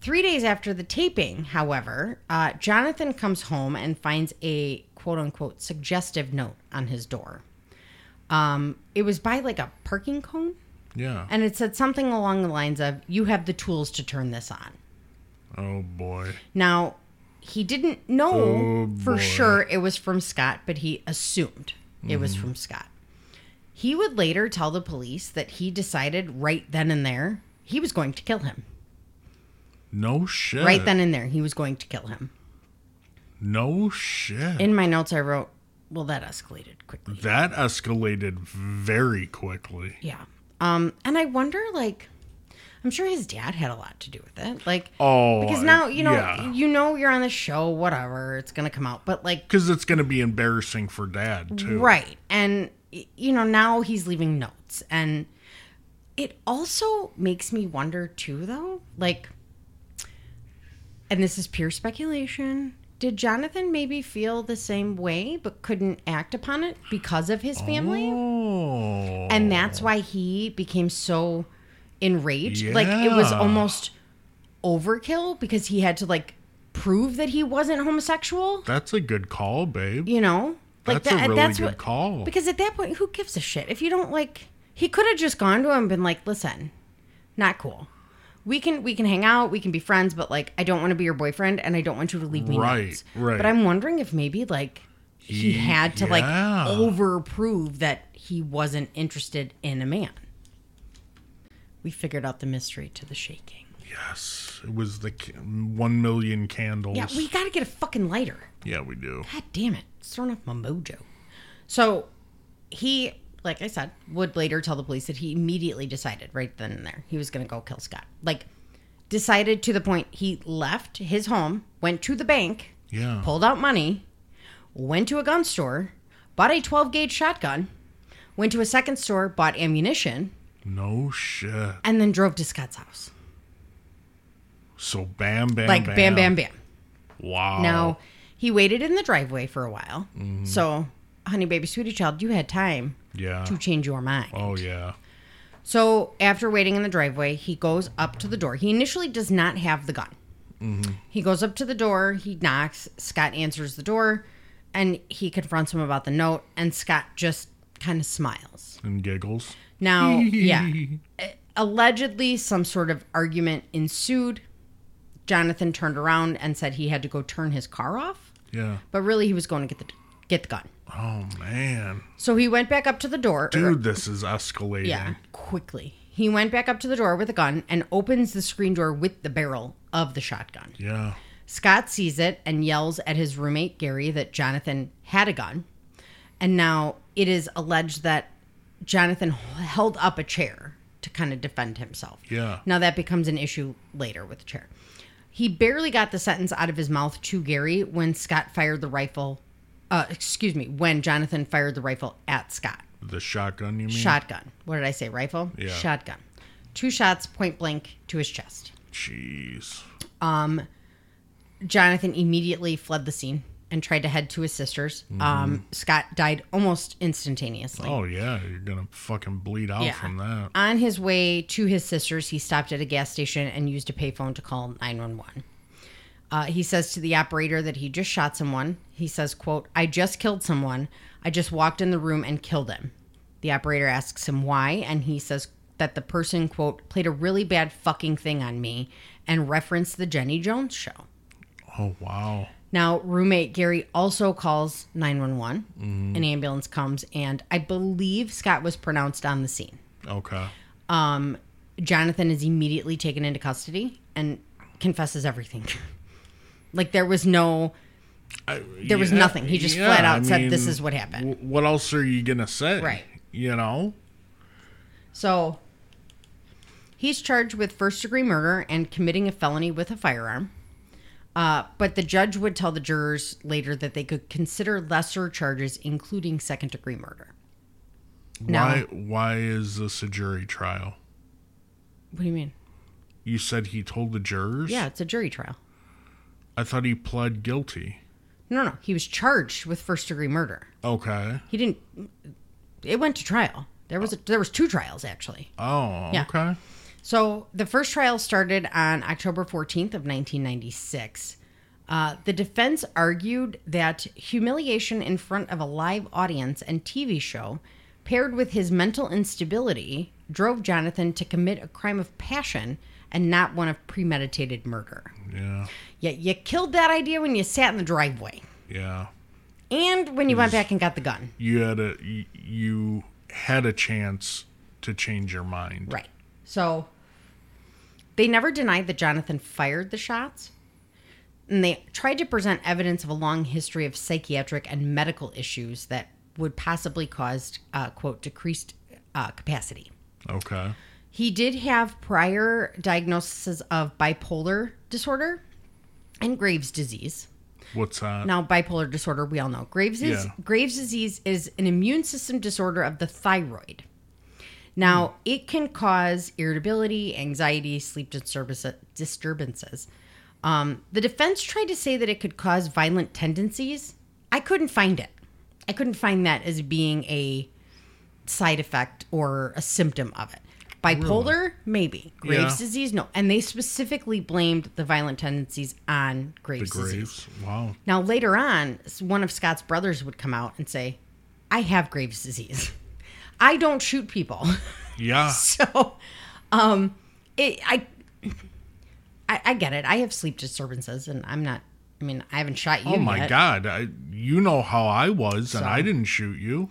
S1: Three days after the taping, however, uh, Jonathan comes home and finds a quote unquote suggestive note on his door. Um, it was by like a parking cone,
S2: Yeah.
S1: and it said something along the lines of, You have the tools to turn this on.
S2: oh boy.
S1: Now, he didn't know
S2: Oh,
S1: for
S2: boy.
S1: sure it was from Scott, but he assumed it
S2: Mm-hmm.
S1: was from Scott. He would later tell the police that he decided right then and there he was going to kill him.
S2: No shit.
S1: Right then and there, he was going to kill him.
S2: No shit.
S1: In my notes, I wrote, well, that escalated quickly.
S2: that escalated very quickly.
S1: Yeah. Um, and I wonder, like, I'm sure his dad had a lot to do with it. Like,
S2: Oh.
S1: because now, you know,
S2: Yeah.
S1: you know you're on the show, whatever, it's going to come out. But, like,
S2: Because it's going to be embarrassing for dad, too.
S1: Right. And, y- you know, now he's leaving notes. And it also makes me wonder, too, though, like, and this is pure speculation. Did Jonathan maybe feel the same way but couldn't act upon it because of his family?
S2: Oh.
S1: And that's why he became so enraged. Like it was
S2: Yeah.
S1: almost overkill because he had to like prove that he wasn't homosexual,
S2: That's a good call, babe.
S1: you know? Like
S2: that's
S1: that-
S2: a really good call.
S1: because at that point, who gives a shit? If you don't like, he could have just gone to him and been like, "Listen, not cool. We can we can hang out, we can be friends, but like, I don't want to be your boyfriend, and I don't want you to leave me
S2: Right,
S1: notes."
S2: right.
S1: But I'm wondering if maybe like he
S2: He-
S1: had to
S2: yeah.
S1: like over prove that he wasn't interested in a man. We figured out the mystery to the shaking.
S2: yes. It was the ca- one million candles.
S1: Yeah, we got to get a fucking lighter.
S2: Yeah, we do.
S1: God damn it. It's thrown off my mojo. So he, like I said, would later tell the police that he immediately decided right then and there he was going to go kill Scott. Like, decided to the point he left his home, went to the bank,
S2: Yeah.
S1: pulled out money, went to a gun store, bought a 12 gauge shotgun, went to a second store, bought ammunition,
S2: No shit.
S1: and then drove to Scott's house.
S2: So bam, bam,
S1: Like, bam, bam, bam.
S2: Wow.
S1: Now, he waited in the driveway for a while. So, honey, baby, sweetie child, you had time.
S2: Yeah.
S1: to change your mind.
S2: Oh yeah.
S1: So after waiting in the driveway, he goes up to the door. He initially does not have the gun. He goes up to the door. He knocks. Scott answers the door, and he confronts him about the note. And Scott just kind of smiles.
S2: and giggles.
S1: Now, yeah. Allegedly, some sort of argument ensued. Jonathan turned around and said he had to go turn his car off,
S2: Yeah.
S1: but really he was going to get the get the gun.
S2: Oh man,
S1: So he went back up to the door. or-
S2: dude, this is escalating.
S1: yeah, quickly. He went back up to the door with a gun and opens the screen door with the barrel of the shotgun.
S2: Yeah.
S1: Scott sees it and yells at his roommate Gary that Jonathan had a gun. And now it is alleged that Jonathan h- held up a chair to kind of defend himself.
S2: Yeah.
S1: Now that becomes an issue later with the chair. He barely got the sentence out of his mouth to Gary when Scott fired the rifle. Uh, excuse me, when Jonathan fired the rifle at Scott.
S2: The shotgun, you mean?
S1: Shotgun. What did I say? Rifle?
S2: Mm. Yeah.
S1: Shotgun. Two shots point blank to his chest.
S2: Jeez.
S1: Jonathan immediately fled the scene and tried to head to his sister's. Um, Scott died almost instantaneously.
S2: Oh yeah, you're gonna fucking bleed out
S1: Yeah.
S2: from that.
S1: On his way to his sister's, he stopped at a gas station and used a payphone to call 911. Uh, he says to the operator that he just shot someone. He says, quote, I just killed someone. I just walked in the room and killed him. The operator asks him why, and he says that the person, quote, played a really bad fucking thing on me and referenced the Jenny Jones show.
S2: Oh wow.
S1: Now, roommate Gary also calls 911. An ambulance comes, and I believe Scott was pronounced on the scene.
S2: Okay.
S1: Um, Jonathan is immediately taken into custody and confesses everything. (laughs) like, there was no, there was nothing. He just flat out said, This is what happened.
S2: W- what else are you gonna say?
S1: Right.
S2: You know.
S1: So, he's charged with first degree murder and committing a felony with a firearm. Uh, but the judge would tell the jurors later that they could consider lesser charges, including second degree murder. No.
S2: Why? Why is this a jury trial?
S1: What do you mean?
S2: You said he told the jurors.
S1: Yeah, it's a jury trial.
S2: I thought he pled guilty.
S1: No, no, he was charged with first degree murder.
S2: Okay.
S1: He didn't. It went to trial. There was a, there was two trials actually.
S2: Oh.
S1: Yeah.
S2: Okay.
S1: So the first trial started on October 14th of 1996. Uh, the defense argued that humiliation in front of a live audience and TV show, paired with his mental instability, drove Jonathan to commit a crime of passion and not one of premeditated murder.
S2: Yeah.
S1: Yet you killed that idea when you sat in the driveway.
S2: Yeah.
S1: And when you went back and got the gun.
S2: You had a y- you had a chance to change your mind.
S1: Right. So they never denied that Jonathan fired the shots. And they tried to present evidence of a long history of psychiatric and medical issues that would possibly cause, uh, quote, decreased uh, capacity.
S2: Okay.
S1: He did have prior diagnoses of bipolar disorder and Graves' disease.
S2: What's that?
S1: Now, bipolar disorder, we all know. Graves, is,
S2: Yeah.
S1: Graves disease is an immune system disorder of the thyroid.
S2: Hmm.
S1: Now, it can cause irritability, anxiety, sleep disturbance, disturbances. Um, the defense tried to say that it could cause violent tendencies. I couldn't find it. I couldn't find that as being a side effect or a symptom of it. Bipolar, maybe. Graves
S2: Yeah.
S1: disease, no. And they specifically blamed the violent tendencies on
S2: The
S1: Graves disease.
S2: graves. Wow.
S1: Now, later on, s- one of Scott's brothers would come out and say, I have Graves' disease. (laughs) I don't shoot people. (laughs)
S2: Yeah.
S1: so, um, it, I, I, I get it. I have sleep disturbances, and I'm not, I mean, I haven't shot you.
S2: Oh my
S1: yet.
S2: god. I, you know how I was and I didn't shoot you.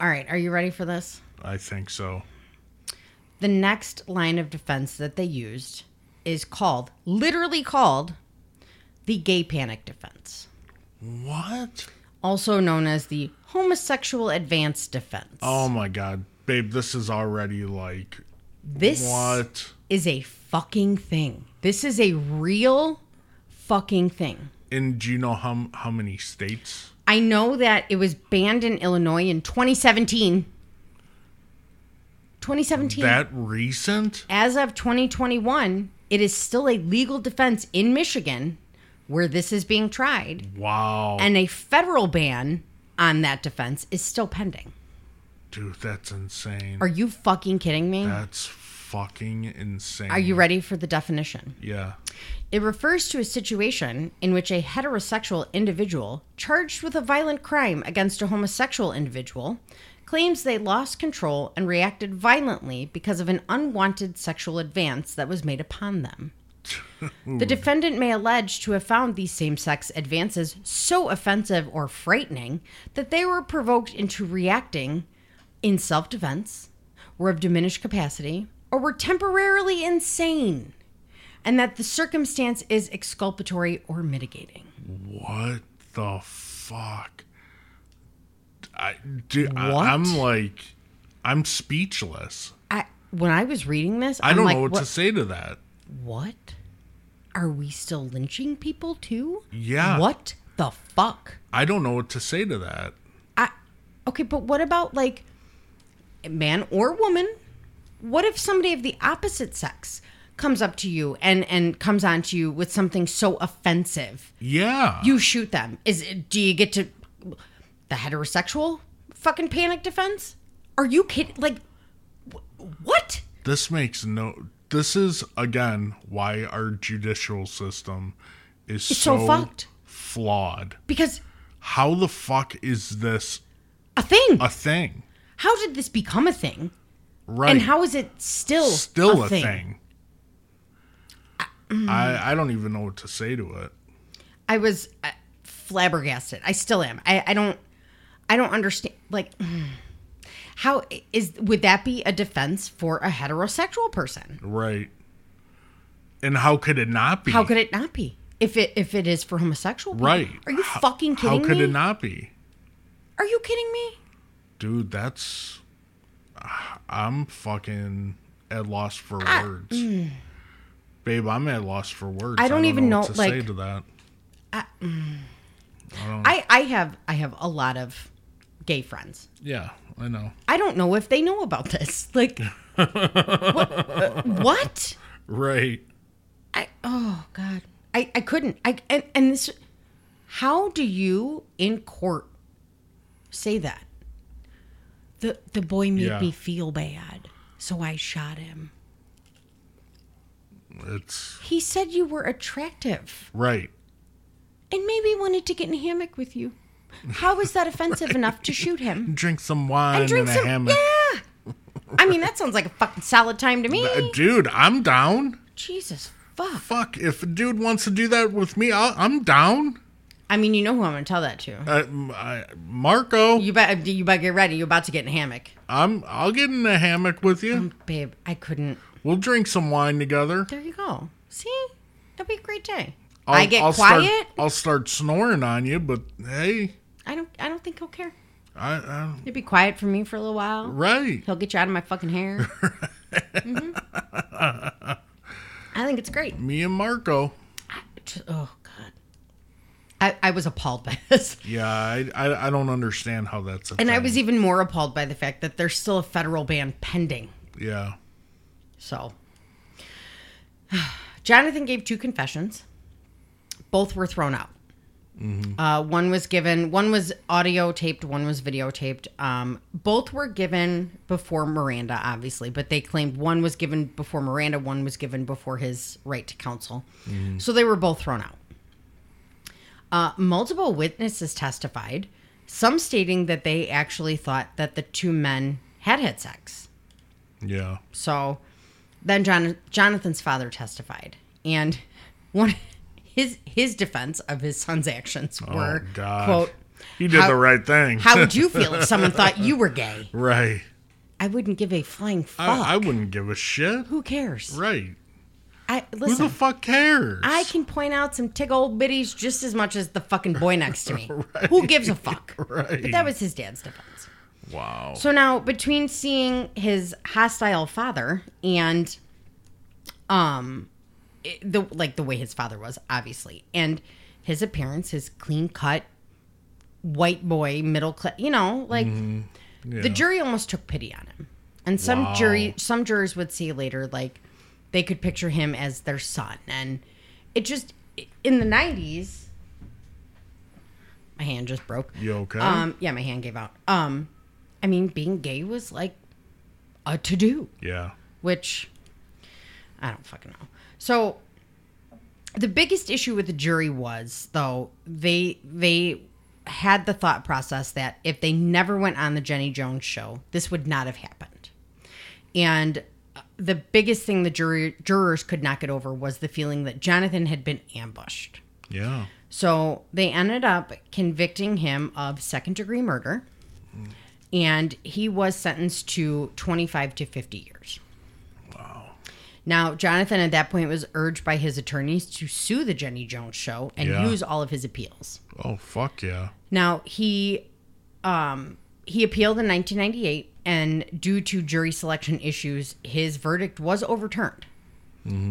S1: All right, are you ready for this?
S2: I think so.
S1: The next line of defense that they used is called, literally called, the gay panic defense,
S2: What?
S1: also known as the homosexual advance defense.
S2: Oh my god. Babe, this is already like
S1: this
S2: what?
S1: is a fucking thing. This is a real fucking thing.
S2: And do you know how how many states?
S1: I know that it was banned in Illinois in 2017. 2017.
S2: That recent?
S1: As of 2021, it is still a legal defense in Michigan where this is being tried,
S2: Wow.
S1: and a federal ban on that defense is still pending.
S2: Dude, that's insane.
S1: Are you fucking kidding me?
S2: that's fucking insane.
S1: Are you ready for the definition?
S2: Yeah.
S1: It refers to a situation in which a heterosexual individual charged with a violent crime against a homosexual individual claims they lost control and reacted violently because of an unwanted sexual advance that was made upon them. The defendant may allege to have found these same sex advances so offensive or frightening that they were provoked into reacting in self defense, were of diminished capacity, or were temporarily insane, and that the circumstance is exculpatory or mitigating.
S2: What the fuck? I, dude,
S1: What?
S2: I, I'm like, I'm speechless.
S1: I, when I was reading this,
S2: I
S1: I'm
S2: don't
S1: like,
S2: know what,
S1: what,
S2: to say to that.
S1: what? Are we still lynching people too?
S2: Yeah.
S1: What the fuck?
S2: I don't know what to say to that.
S1: I okay, but what about like man or woman? What if somebody of the opposite sex comes up to you and and comes on to you with something so offensive?
S2: Yeah.
S1: You shoot them. Is it- do you get to the heterosexual fucking panic defense? Are you kidding? Like wh- what?
S2: this makes no. This is again why our judicial system is
S1: so fucked.
S2: flawed.
S1: Because
S2: How the fuck is this
S1: a thing.
S2: a thing?
S1: how did this become a thing?
S2: Right.
S1: And how is it still
S2: still a, thing. I I don't even know what to say to it.
S1: I was uh, flabbergasted. I still am. I, I don't I don't understand like (sighs) how is would that be a defense for a heterosexual person?
S2: Right. And how could it not be?
S1: How could it not be? If it if it is for homosexual people?
S2: Right.
S1: Are you
S2: How-
S1: fucking kidding
S2: How could
S1: me?
S2: it not be?
S1: Are you kidding me?
S2: Dude, that's ah, I'm fucking at loss for
S1: Ah,
S2: words. Babe, I'm at loss for words.
S1: mm. I don't even
S2: what
S1: know,
S2: to say
S1: like-
S2: to that.
S1: I I have I have a lot of gay friends.
S2: Yeah, I know.
S1: I don't know if they know about this. (laughs) Like what? what?
S2: Right.
S1: I oh god, I I couldn't. I and and this, how do you in court say that? The the boy made
S2: Yeah.
S1: me feel bad, so I shot him.
S2: It's
S1: He said you were attractive
S2: right.
S1: and maybe wanted to get in a hammock with you. How is that offensive enough to shoot him?
S2: Drink some wine
S1: And
S2: and,
S1: drink
S2: a
S1: some.
S2: hammock.
S1: Yeah. I mean, that sounds like a fucking solid time to me.
S2: Uh, Dude, I'm down.
S1: Jesus fuck.
S2: Fuck, if a dude wants to do that with me, I'll, I'm down.
S1: I mean, you know who I'm gonna tell that to.
S2: Uh, m- I- Marco,
S1: You bet. uh, You better get ready. You're about to get in a hammock,
S2: I'm I'll get in a hammock with you.
S1: babe. I couldn't.
S2: We'll drink some wine together.
S1: There you go. See, that'd be a great day.
S2: I'll,
S1: i get
S2: start-
S1: quiet.
S2: I'll start snoring on you, but hey,
S1: I don't. I don't think he'll care.
S2: I, I
S1: He'll be quiet for me for a little while.
S2: right.
S1: He'll get you out of my
S2: (laughs)
S1: fucking hair. hmm I think it's great.
S2: Me and Marco.
S1: I- t- oh God, I, I was appalled by (laughs) this,
S2: Yeah, I, I I don't understand how that's a
S1: and I
S2: thing.
S1: was even more appalled by the fact that there's still a federal ban pending.
S2: yeah.
S1: So, (sighs) Jonathan gave two confessions. Both were thrown out. Uh, one was given, one was audio taped, one was videotaped. Um, both were given before Miranda, obviously, but they claimed one was given before Miranda, one was given before his right to counsel. So they were both thrown out. Uh, multiple witnesses testified, some stating that they actually thought that the two men had had sex.
S2: Yeah.
S1: So then John, Jonathan's father testified, and one his his defense of his son's actions
S2: Oh
S1: were
S2: god.
S1: quote
S2: he did
S1: how-
S2: the right thing.
S1: How
S2: (laughs)
S1: would you feel if someone thought you were gay?
S2: right.
S1: I wouldn't give a flying fuck.
S2: I, I wouldn't give a shit.
S1: Who cares?
S2: Right.
S1: I
S2: Who the
S1: listen.
S2: fuck cares?
S1: I can point out some tick old bitties just as much as the fucking boy next
S2: (laughs)
S1: to me. Who gives a fuck?
S2: right.
S1: But that was his dad's defense.
S2: wow.
S1: So now between seeing his hostile father and um it- the like the way his father was obviously and his appearance his clean cut white boy middle class you know like the jury almost took pity on him and some
S2: Wow.
S1: jury some jurors would see later like they could picture him as their son and it just in the 90s my hand just broke
S2: You okay?
S1: um, yeah, my hand gave out. Um, I mean, being gay was like a to do,
S2: Yeah.
S1: which I don't fucking know. So the biggest issue with the jury was though they they had the thought process that if they never went on the Jenny Jones show, this would not have happened. And uh, the biggest thing the jury jurors could not get over was the feeling that Jonathan had been ambushed.
S2: Yeah.
S1: So they ended up convicting him of second degree murder, and he was sentenced to 25 to 50 years. Now, Jonathan at that point was urged by his attorneys to sue the Jenny Jones show and
S2: Yeah.
S1: use all of his appeals.
S2: Oh fuck yeah.
S1: Now, he um, he appealed in 1998 and due to jury selection issues, his verdict was overturned.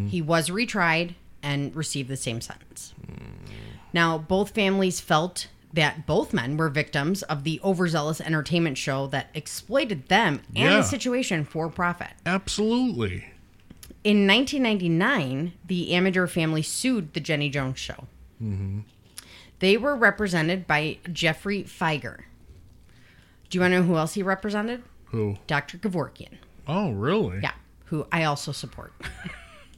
S1: He was retried and received the same sentence. Now, both families felt that both men were victims of the overzealous entertainment show that exploited them and
S2: Yeah.
S1: the situation for profit.
S2: Absolutely.
S1: In 1999, the Amateur family sued the Jenny Jones Show. They were represented by Jeffrey Feiger. Do you want to know who else he represented?
S2: Who?
S1: Dr. Kevorkian.
S2: Oh really?
S1: Yeah, who I also support.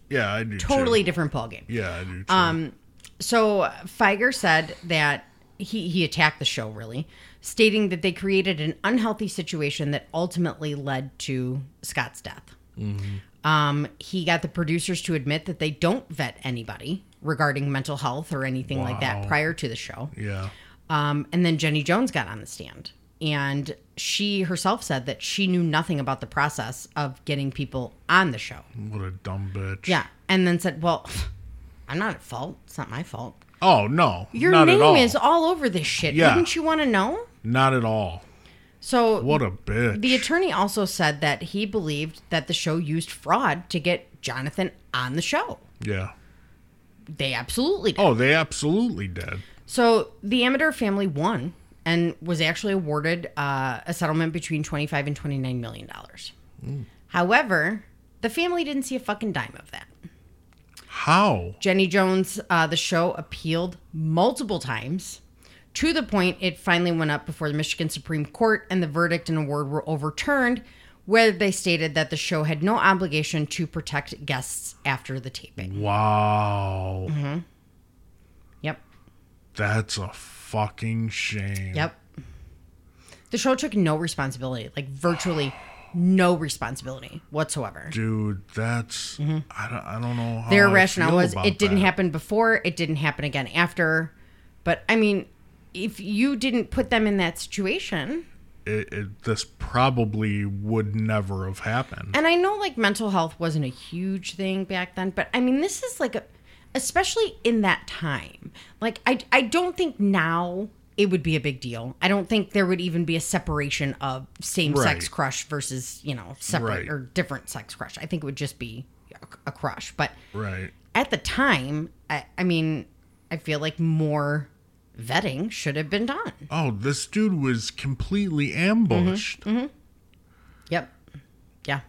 S2: Yeah, I do. too.
S1: totally different ballgame.
S2: Yeah, I do. Too. Um.
S1: So Feiger said that he, he attacked the show, really, stating that they created an unhealthy situation that ultimately led to Scott's death. Um, he got the producers to admit that they don't vet anybody regarding mental health or anything like that
S2: Wow.
S1: prior to the show.
S2: Yeah.
S1: Um, and then Jenny Jones got on the stand. And she herself said that she knew nothing about the process of getting people on the show.
S2: What a dumb bitch.
S1: Yeah. And then said, Well, (sighs) I'm not at fault. It's not my fault.
S2: Oh no.
S1: Your
S2: Not
S1: name
S2: at all.
S1: is all over this shit.
S2: Yeah.
S1: Wouldn't you want to know?
S2: Not at all.
S1: So
S2: What a bitch.
S1: the attorney also said that he believed that the show used fraud to get Jonathan on the show.
S2: yeah.
S1: They absolutely did.
S2: Oh, they absolutely did.
S1: So the Amateur family won and was actually awarded uh, a settlement between 25 and 29 million dollars.
S2: Mm.
S1: However, the family didn't see a fucking dime of that.
S2: How?
S1: Jenny Jones, uh, the show appealed multiple times to the point it finally went up before the Michigan Supreme Court and the verdict and award were overturned, where they stated that the show had no obligation to protect guests after the taping.
S2: Wow.
S1: Mm-hmm. Yep.
S2: That's a fucking shame.
S1: Yep. The show took no responsibility, like virtually no responsibility whatsoever.
S2: Dude, that's I, don't, I don't know how
S1: Mm-hmm. Their
S2: I
S1: rationale
S2: feel
S1: was
S2: about
S1: it didn't
S2: that.
S1: happen before, it didn't happen again after. But I mean, if you didn't put them in that situation,
S2: It, it, this probably would never have happened.
S1: and I know like mental health wasn't a huge thing back then, but I mean, this is like a, especially in that time. Like, I, I don't think now it would be a big deal. I don't think there would even be a separation of same sex
S2: Right.
S1: crush versus, you know, separate
S2: Right.
S1: or different sex crush. I think it would just be a, a crush. But
S2: right.
S1: at the time, I, I mean, I feel like more vetting should have been done.
S2: Oh, this dude was completely ambushed.
S1: Mm-hmm. Yep. Yeah.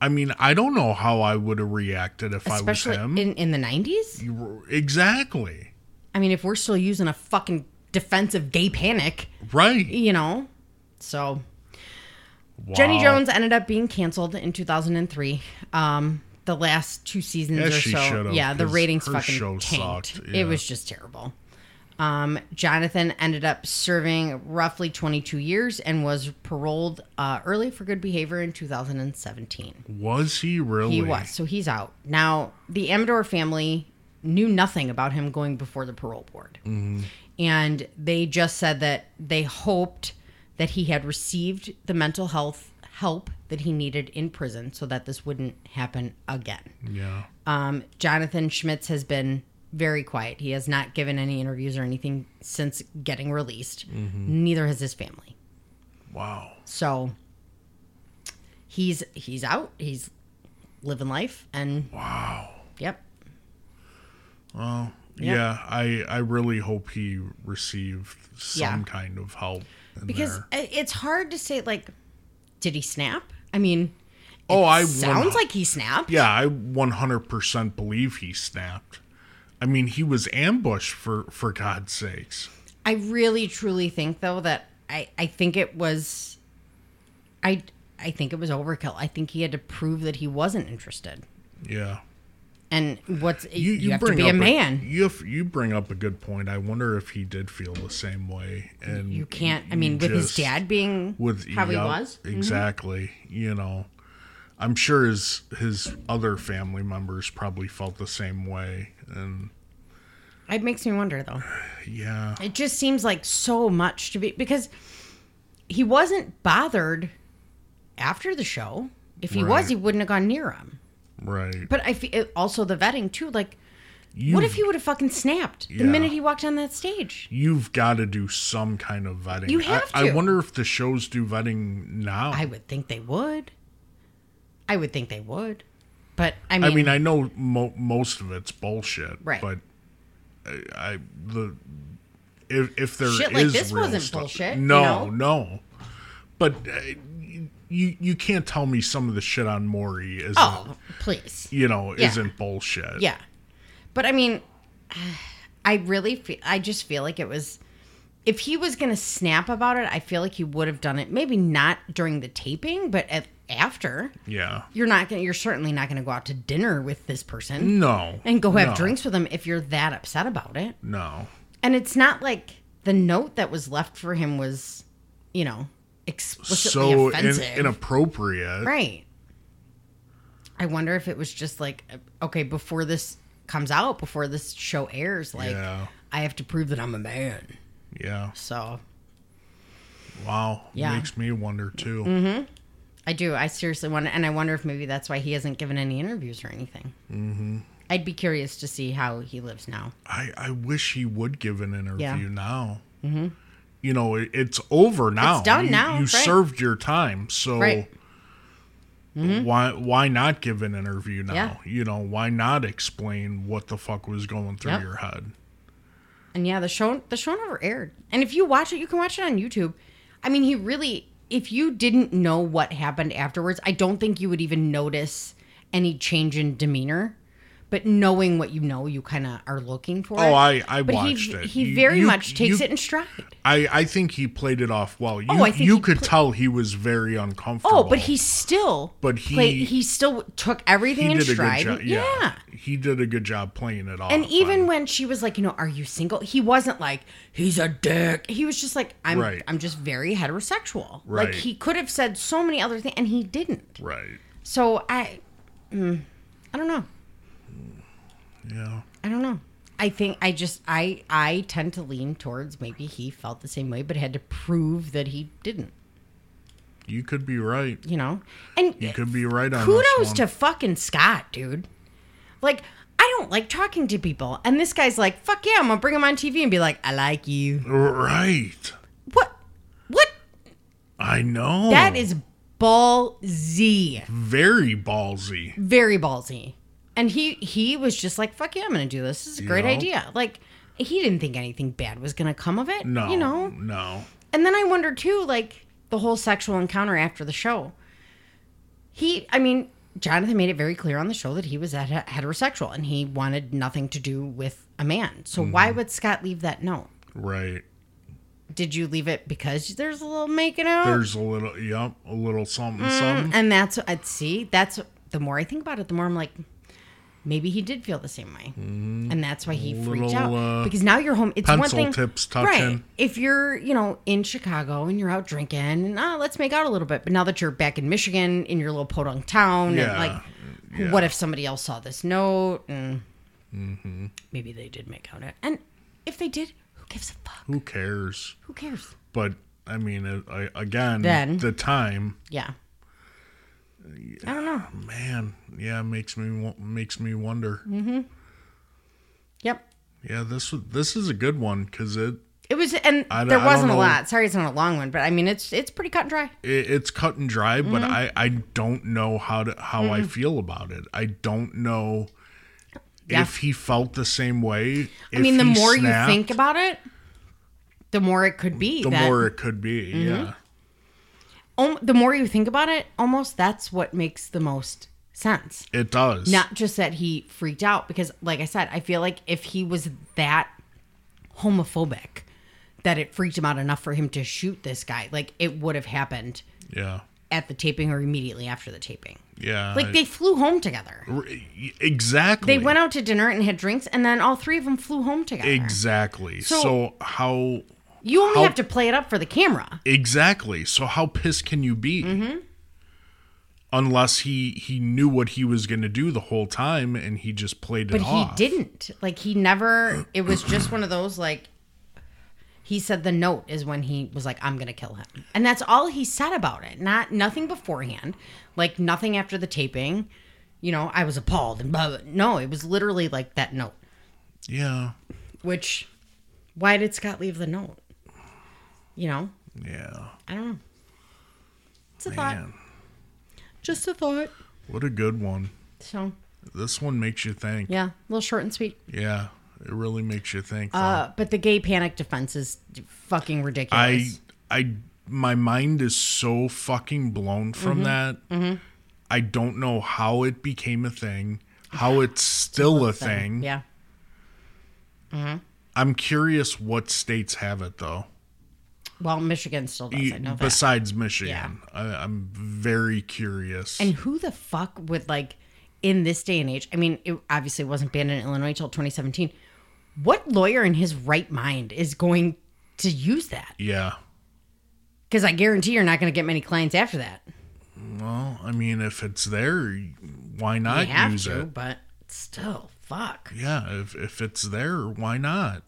S2: I mean, I don't know how I would have reacted if
S1: Especially
S2: I was him.
S1: in, in the 90s.
S2: You were- exactly.
S1: I mean, if we're still using a fucking defensive gay panic,
S2: Right.
S1: you know. So
S2: Wow.
S1: Jenny Jones ended up being canceled in 2003. Um, the last two seasons
S2: Yes,
S1: or
S2: she
S1: so,
S2: should've,
S1: yeah, the
S2: 'cause
S1: ratings
S2: her
S1: fucking
S2: show
S1: tanked.
S2: sucked, yeah.
S1: It was just terrible. Um, Jonathan ended up serving roughly 22 years and was paroled uh, early for good behavior in 2017.
S2: Was he really?
S1: He was. So he's out. Now, the Amador family knew nothing about him going before the parole board. And they just said that they hoped that he had received the mental health help that he needed in prison so that this wouldn't happen again.
S2: Yeah.
S1: Um, Jonathan Schmitz has been very quiet. He has not given any interviews or anything since getting released. Neither has his family.
S2: Wow.
S1: So he's he's out. He's living life and
S2: Wow.
S1: Yep. Yeah.
S2: Yeah, I I really hope he received some
S1: Yeah.
S2: kind of help. In
S1: Because
S2: there.
S1: i it's hard to say, like, did he snap? I mean,
S2: oh, I
S1: sounds
S2: sounds
S1: like he snapped.
S2: yeah, I 100% believe he snapped. I mean, he was ambushed for for God's sakes.
S1: I really, truly think, though, that I, I think it was I I think it was overkill. I think he had to prove that he wasn't interested.
S2: Yeah.
S1: And what's you, you have to be a
S2: up
S1: man.
S2: you have- you bring up a good point. I wonder if he did feel the same way. And
S1: you can't. I mean, with his
S2: just-
S1: dad being
S2: with
S1: how he
S2: yeah,
S1: was, Mm-hmm.
S2: exactly. You know, I'm sure his his other family members probably felt the same way. And
S1: it makes me wonder though.
S2: yeah,
S1: It just seems like so much to be because he wasn't bothered after the show. If he was,
S2: Right.
S1: he wouldn't have gone near him.
S2: right.
S1: But I feel also the vetting too. Like,
S2: you
S1: what if he would have fucking snapped
S2: Yeah.
S1: the minute he walked on that stage?
S2: you've got to do some kind of vetting.
S1: You have
S2: I, I
S1: to.
S2: wonder if the shows do vetting now.
S1: I would think they would. I would think they would. But I mean,
S2: I mean, I know mo- most of it's bullshit,
S1: Right.
S2: But I, I the if if there is
S1: Shit like this
S2: real
S1: wasn't
S2: stuff-
S1: bullshit, you
S2: no,
S1: know?
S2: no. But uh, you you can't tell me some of the shit on Maury isn't
S1: oh please,
S2: you know
S1: Yeah.
S2: isn't bullshit.
S1: yeah. But I mean, (sighs) I really feel. I just feel like it was. If he was gonna snap about it, I feel like he would have done it. Maybe not during the taping, but at, after.
S2: yeah.
S1: You're not gonna. You're certainly not gonna go out to dinner with this person
S2: No,
S1: and go have
S2: No.
S1: drinks with him if you're that upset about it.
S2: No,
S1: And it's not like the note that was left for him was, you know, explicitly
S2: so in,
S1: offensive.
S2: inappropriate.
S1: right. I wonder if it was just like, okay, before this comes out, before this show airs, like,
S2: Yeah.
S1: I have to prove that I'm a man.
S2: Yeah.
S1: So
S2: Wow.
S1: Yeah.
S2: Makes me wonder too.
S1: I do. I seriously wonder. And I wonder if maybe that's why he hasn't given any interviews or anything. Mm-hmm. I'd be curious to see how he lives now.
S2: I, I wish he would give an interview
S1: Yeah.
S2: now. Mm-hmm. You know, it, it's over now.
S1: done
S2: you,
S1: now,
S2: You
S1: right.
S2: served your time, so
S1: Right. Mm-hmm.
S2: why why not give an interview now?
S1: Yeah.
S2: You know, why not explain what the fuck was going through
S1: Yep.
S2: your head?
S1: And yeah, the show the show never aired. And if you watch it, you can watch it on YouTube. I mean, he really if you didn't know what happened afterwards, I don't think you would even notice any change in demeanor. But knowing what you know, you kind of are looking for.
S2: Oh,
S1: it.
S2: I- I
S1: but
S2: watched
S1: he,
S2: it.
S1: He
S2: You-
S1: very
S2: you-
S1: much takes
S2: you-
S1: it in stride.
S2: I, I think he played it off well. You,
S1: Oh, I think
S2: you
S1: he
S2: could
S1: pla-
S2: tell he was very uncomfortable.
S1: Oh, but he still.
S2: But he-
S1: played, he still took everything
S2: he
S1: in
S2: did a good
S1: stride.
S2: job. Yeah. he did a good job playing it off.
S1: And even
S2: I-
S1: when she was like, you know, are you single? He wasn't like, he's a dick. He was just like, I'm
S2: Right.
S1: I'm just very heterosexual.
S2: Right.
S1: Like he could have said so many other things and he didn't.
S2: right,
S1: So I mm, I don't know.
S2: yeah,
S1: I don't know. I think I just I I tend to lean towards maybe he felt the same way but had to prove that he didn't,
S2: you could be right.
S1: you know? And
S2: You could be right on this
S1: kudos
S2: one.
S1: to fucking Scott, dude. Like I don't like talking to people and this guy's like, "Fuck yeah, I'm going to bring him on TV and be like, I like you."
S2: right.
S1: What? What?
S2: I know.
S1: That is ballsy.
S2: very ballsy.
S1: Very ballsy. And he he was just like, "Fuck yeah, I'm gonna do this. This is a great
S2: know?
S1: idea." Like he didn't think anything bad was gonna come of it.
S2: No,
S1: you know.
S2: no.
S1: And then I wonder too, like the whole sexual encounter after the show. He, I mean, Jonathan made it very clear on the show that he was het- heterosexual and he wanted nothing to do with a man. So
S2: Mm-hmm.
S1: why would Scott leave that note?
S2: Right.
S1: Did you leave it because there's a little making out?
S2: There's a little, yep, a little something,
S1: Mm.
S2: something.
S1: And that's what I'd see. That's the more I think about it, the more I'm like, maybe he did feel the same way, and that's why he freaked
S2: Mm-hmm. Little,
S1: out
S2: uh,
S1: because now you're home. It's one
S2: pencil
S1: thing,
S2: tips
S1: right?
S2: touching.
S1: If you're, you know, in Chicago and you're out drinking, and oh, let's make out a little bit, but now that you're back in Michigan in your little podunk town,
S2: Yeah,
S1: and like, what if somebody else saw this note and
S2: Mm-hmm.
S1: maybe they did make out it, and if they did, who gives a fuck?
S2: Who cares?
S1: Who cares?
S2: But I mean, I, I- again,
S1: Then-
S2: the time,
S1: Yeah. I don't know.
S2: man, yeah, makes me wo- makes me wonder.
S1: Mm. Yep.
S2: Yeah, this was this is a good one because it,
S1: It was, and
S2: I don't-
S1: there
S2: I don't
S1: wasn't a
S2: know.
S1: lot. Sorry, it's not a long one, but I mean, it's it's pretty cut and dry.
S2: it it's cut and dry. But
S1: Mm-hmm.
S2: I I don't know how to how I feel about it. I don't know.
S1: Yeah.
S2: If he felt the same way,
S1: I mean, the more you think about it, the more it could be.
S2: the
S1: that- Mm-hmm.
S2: more it could be. Yeah,
S1: om- the more you think about it, almost that's what makes the most sense.
S2: it does.
S1: Not just that he freaked out, because like I said, I feel like if he was that homophobic, that it freaked him out enough for him to shoot this guy, like it would have happened
S2: Yeah,
S1: at the taping or immediately after the taping.
S2: Yeah.
S1: Like they flew home together.
S2: R- exactly.
S1: They went out to dinner and had drinks, and then all three of them flew home together.
S2: Exactly. So,
S1: So-
S2: how
S1: you only
S2: how-
S1: have to play it up for the camera.
S2: exactly? So how pissed can you be?
S1: Mm-hmm.
S2: Unless he he knew what he was going to do the whole time and he just played it
S1: But
S2: off.
S1: he didn't. Like he never. It was just one of those like. He said the note is when he was like, "I'm gonna kill him," and that's all he said about it. Not nothing beforehand, like nothing after the taping. You know, I was appalled and blah, blah. no, it was literally like that note.
S2: Yeah.
S1: Which, why did Scott leave the note? You know,
S2: Yeah.
S1: I don't know. It's a thought.
S2: Man,
S1: Just a thought.
S2: what a good one.
S1: So
S2: This one makes you think.
S1: yeah, a little short and sweet.
S2: Yeah. It really makes you think. though.
S1: Uh, but the gay panic defense is d- fucking
S2: I
S1: ridiculous.
S2: I my mind is so fucking blown
S1: Mm-hmm.
S2: from that. I don't know how it became a thing,
S1: (sighs)
S2: how it's still a thing.
S1: yeah.
S2: I'm curious what states have it though.
S1: Well, Michigan still does. I know that.
S2: Besides Michigan, I, I'm very curious.
S1: and who the fuck would like in this day and age? I mean, it obviously wasn't banned in Illinois till 2017. What lawyer in his right mind is going to use that?
S2: yeah.
S1: Because I guarantee you're not going to get many clients after that.
S2: Well, I mean, if it's there, why
S1: You
S2: not
S1: have
S2: use
S1: to,
S2: it?
S1: but still, fuck.
S2: Yeah, if if it's there, why not?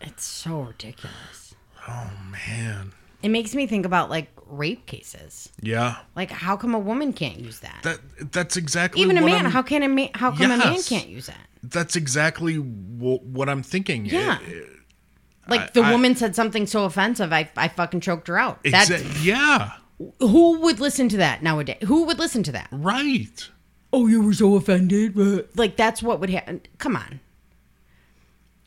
S1: It's so ridiculous.
S2: Man.
S1: It makes me think about like rape cases.
S2: Yeah.
S1: Like, how come a woman can't use that?
S2: That that's exactly
S1: Even a
S2: what
S1: man.
S2: I'm-
S1: how can a man? How come a man
S2: Yes.
S1: can't use that?
S2: that's exactly wh- what I'm thinking.
S1: Yeah.
S2: It- it-
S1: Like the
S2: I-
S1: woman said something so offensive, I, I fucking choked her out. That
S2: exa- yeah.
S1: who would listen to that nowadays? Who would listen to that?
S2: Right.
S1: Oh, you were so offended. but- Like that's what would happen. Come on,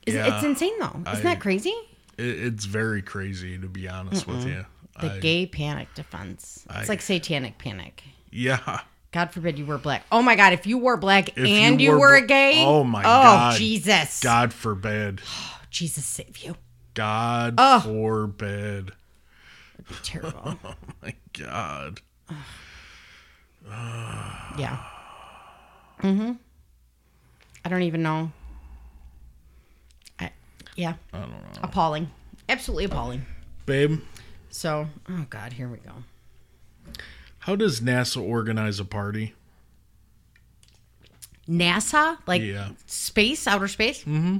S1: Is-
S2: Yeah.
S1: it's insane though. Isn't
S2: I-
S1: that crazy?
S2: It, it's very crazy to be honest with you.
S1: The
S2: I-
S1: gay panic defense. it's
S2: I-
S1: like satanic panic.
S2: yeah.
S1: God forbid you were black. Oh my God, if you were
S2: If
S1: black and you, were,
S2: bl-
S1: a gay.
S2: Oh my god.
S1: Oh Jesus.
S2: God forbid.
S1: Jesus save you.
S2: God forbid. (laughs)
S1: Terrible.
S2: My God.
S1: (sighs) yeah. Mm-hmm. I don't even know. I, yeah. I don't know. Appalling. Absolutely appalling.
S2: Babe,
S1: So, oh God, here we go.
S2: how does NASA organize a party?
S1: NASA, like
S2: Yeah.
S1: space, outer space. Mm-hmm.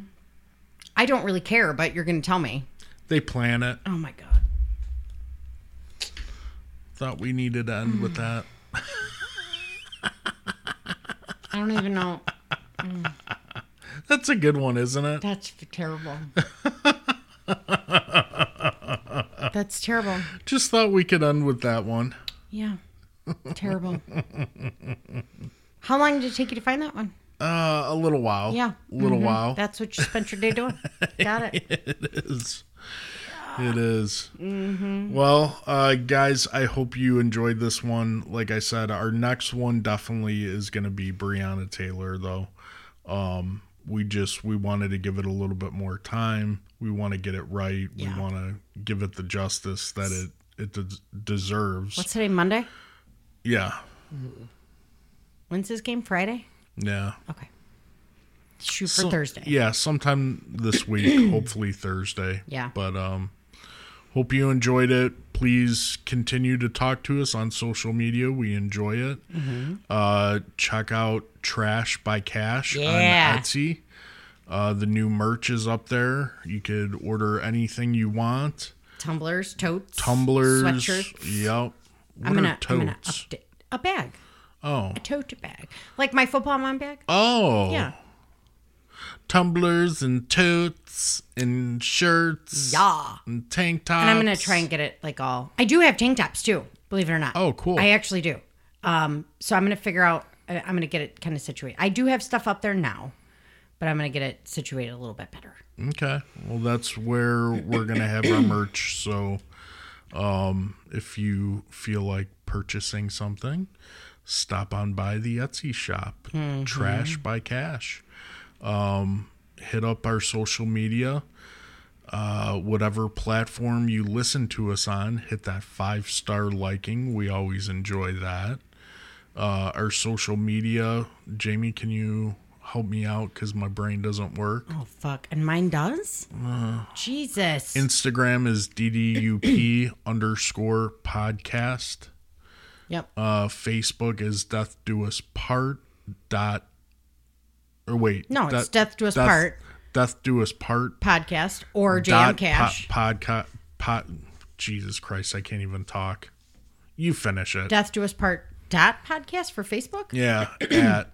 S1: I don't really care, but you're going to tell me.
S2: They plan it.
S1: Oh my God.
S2: Thought we needed to end with that.
S1: I don't even (laughs) know.
S2: That's a good one, isn't it?
S1: That's f- terrible. That's terrible.
S2: Just thought we could end with that one.
S1: Yeah. (laughs) Terrible. How long did it take you to find that one?
S2: Uh, a little while.
S1: Yeah.
S2: Little while.
S1: That's what you spent your
S2: (laughs)
S1: day doing. Got it.
S2: is. It is. Well, uh, guys, I hope you enjoyed this one. Like I said, our next one definitely is going to be Breonna Taylor, though. Um, we just we wanted to give it a little bit more time. We want to get it right.
S1: Yeah.
S2: We want to give it the justice that it it des- deserves.
S1: What's today? Monday?
S2: yeah,
S1: When's this game? Friday?
S2: yeah.
S1: Okay. Shoot for
S2: So-
S1: Thursday.
S2: Yeah, sometime this
S1: (clears throat)
S2: week, hopefully Thursday.
S1: Yeah.
S2: But um hope you enjoyed it. Please continue to talk to us on social media. We enjoy it.
S1: Mm-hmm.
S2: Uh check out Trash by Cash
S1: Yeah.
S2: on Etsy. Uh the new merch is up there. You could order anything you want.
S1: Tumblers, totes,
S2: Tumblers.
S1: sweatshirts.
S2: Yep. What
S1: I'm
S2: are
S1: gonna, I'm gonna
S2: totes?
S1: update a bag,
S2: Oh.
S1: a tote bag, like my football mom bag.
S2: Oh.
S1: Yeah,
S2: Tumblers and totes and shirts.
S1: yeah.
S2: And tank tops.
S1: And I'm gonna try and get it like all. I do have tank tops too, believe it or not.
S2: Oh, cool.
S1: I actually do. Um, so I'm gonna figure out. I- I'm gonna get it kind of situated. I do have stuff up there now, but I'm gonna get it situated a little bit better.
S2: Okay. Well, that's where we're going to have our merch. So um, if you feel like purchasing something, stop on by the Etsy shop, Trash by Cash. Um, hit up our social media. Uh, whatever platform you listen to us on, hit that five star liking. We always enjoy that. Uh, our social media, Jamie, can you help me out? Because my brain doesn't work.
S1: Oh fuck! And mine does.
S2: Uh,
S1: Jesus.
S2: Instagram is DDUP (clears throat) underscore podcast.
S1: yep.
S2: Uh, Facebook is Death Do Us Part dot. Or wait,
S1: No, it's Death Do Us Part.
S2: Death Do Us Part
S1: Podcast or jam
S2: dot
S1: cash.
S2: pod, podca- pod, Jesus Christ, I can't even talk. You finish it.
S1: Death to us part dot podcast for Facebook. (clears throat)
S2: yeah, at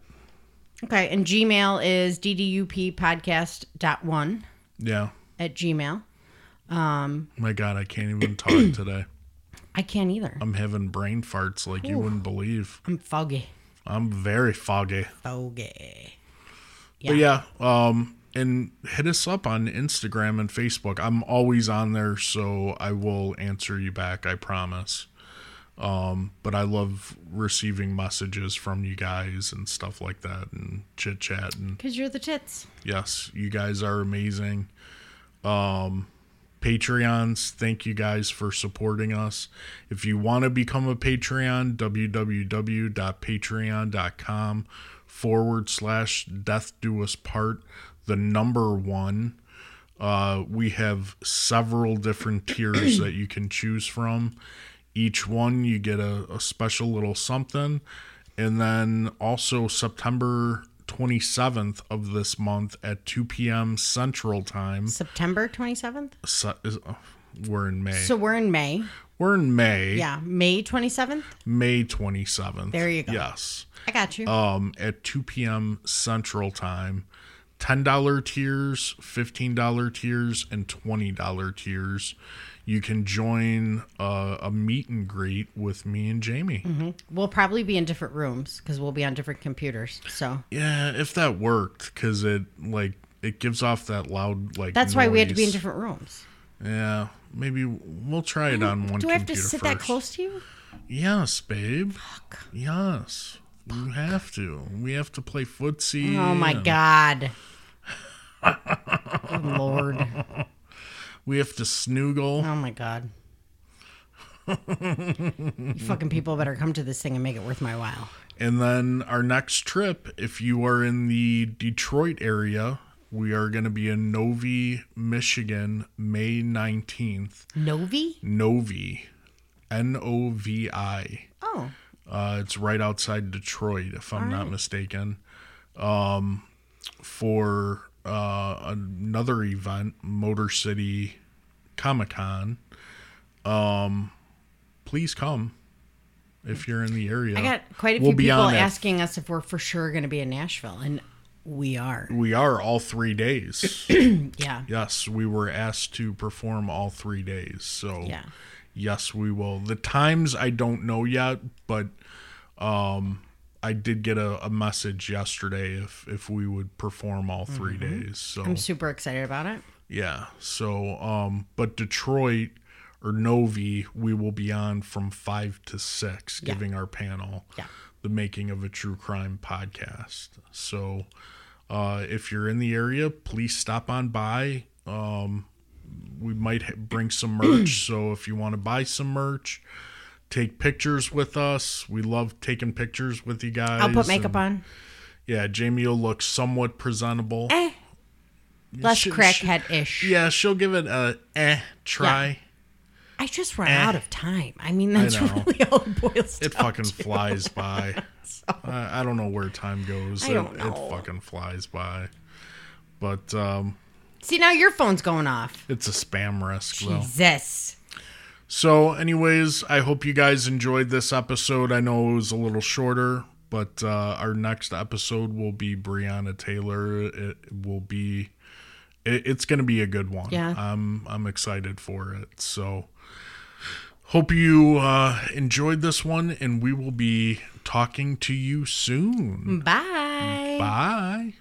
S1: Okay, and Gmail is ddup podcast dot one
S2: yeah. Oh
S1: at Gmail.
S2: My God, I can't even
S1: (clears throat)
S2: talk today.
S1: I can't either.
S2: I'm having brain farts like you wouldn't believe.
S1: I'm foggy.
S2: I'm very foggy.
S1: Foggy.
S2: But yeah, um, and hit us up on Instagram and Facebook. I'm always on there, so I will answer you back. I promise. Um, but I love receiving messages from you guys and stuff like that, and chit chat and
S1: Because you're the tits.
S2: yes you guys are amazing um patreons thank you guys for supporting us if you want to become a patreon www.patreon.com forward slash death do us part the number one uh, we have several different tiers that you can choose from. Each one, you get a, a special little something. And then also September 27th of this month at 2 p.m. Central Time.
S1: September 27th.
S2: So, is, oh, we're in May.
S1: So we're in May.
S2: we're in May.
S1: Yeah, May 27th.
S2: May 27th.
S1: There you go.
S2: Yes.
S1: I got you.
S2: um, at 2 p.m. Central Time. $10 tiers, $15 tiers, and $20 tiers. You can join uh, a meet and greet with me and Jamie.
S1: we'll probably be in different rooms because we'll be on different computers. So
S2: Yeah, if that worked, because it like it gives off that loud like.
S1: that's why we had to be in
S2: noise.
S1: different rooms.
S2: Yeah, maybe we'll try it on one.
S1: Do I have to
S2: computer
S1: sit that
S2: first.
S1: close to you?
S2: Yes, babe. Fuck. Yes, you have to. We have to play footsie.
S1: Oh my
S2: and- (laughs)
S1: god. Good Lord.
S2: We have to snoogle.
S1: Oh my god. you fucking people better come to this thing and make it worth my while.
S2: And then our next trip, if you are in the Detroit area, we are going to be in Novi, Michigan, May 19th.
S1: Novi?
S2: Novi, N O V I.
S1: Oh.
S2: Uh, it's right outside Detroit, if I'm not mistaken. Um, for uh, another event, Motor City Comic Con. Um, please come if you're in the area.
S1: I got quite a few
S2: Oh. We'll be
S1: people
S2: on that
S1: asking us if we're for sure going to be in Nashville, and we are.
S2: We are all three days.
S1: Yeah.
S2: yes, we were asked to perform all three days. So,
S1: Yeah.
S2: yes, we will. The times I don't know yet, but um, I did get a, a message yesterday if if we would perform all 3 days. So,
S1: Mm-hmm. I'm super excited about it.
S2: yeah. So, um, but Detroit or Novi, we will be on from five to six, giving our panel
S1: Yeah.
S2: the making of a true crime podcast. So, uh, if you're in the area, please stop on by. Um, we might ha- bring
S1: (clears throat)
S2: some merch. so, if you want to buy some merch, take pictures with us. We love taking pictures with you guys.
S1: I'll put makeup
S2: and-
S1: on.
S2: Yeah, Jamie will look somewhat presentable.
S1: Eh. Less
S2: Sh- sh-
S1: crackhead ish.
S2: Yeah, she'll give it a eh try.
S1: I just run out of time. I mean, that's
S2: Eh. know.
S1: really (laughs) all it boils down
S2: It fucking flies
S1: (laughs)
S2: by. I, I don't know where time goes.
S1: I don't
S2: it,
S1: know.
S2: it fucking flies by. But um,
S1: See, now your phone's going off.
S2: it's a spam risk, though.
S1: Jesus.
S2: So, anyways, I hope you guys enjoyed this episode. I know it was a little shorter, but uh, our next episode will be Breonna Taylor. It will be. It, it's going to be a good one.
S1: Yeah.
S2: I'm I'm excited for it. So, hope you uh, enjoyed this one, and we will be talking to you soon.
S1: Bye.
S2: Bye.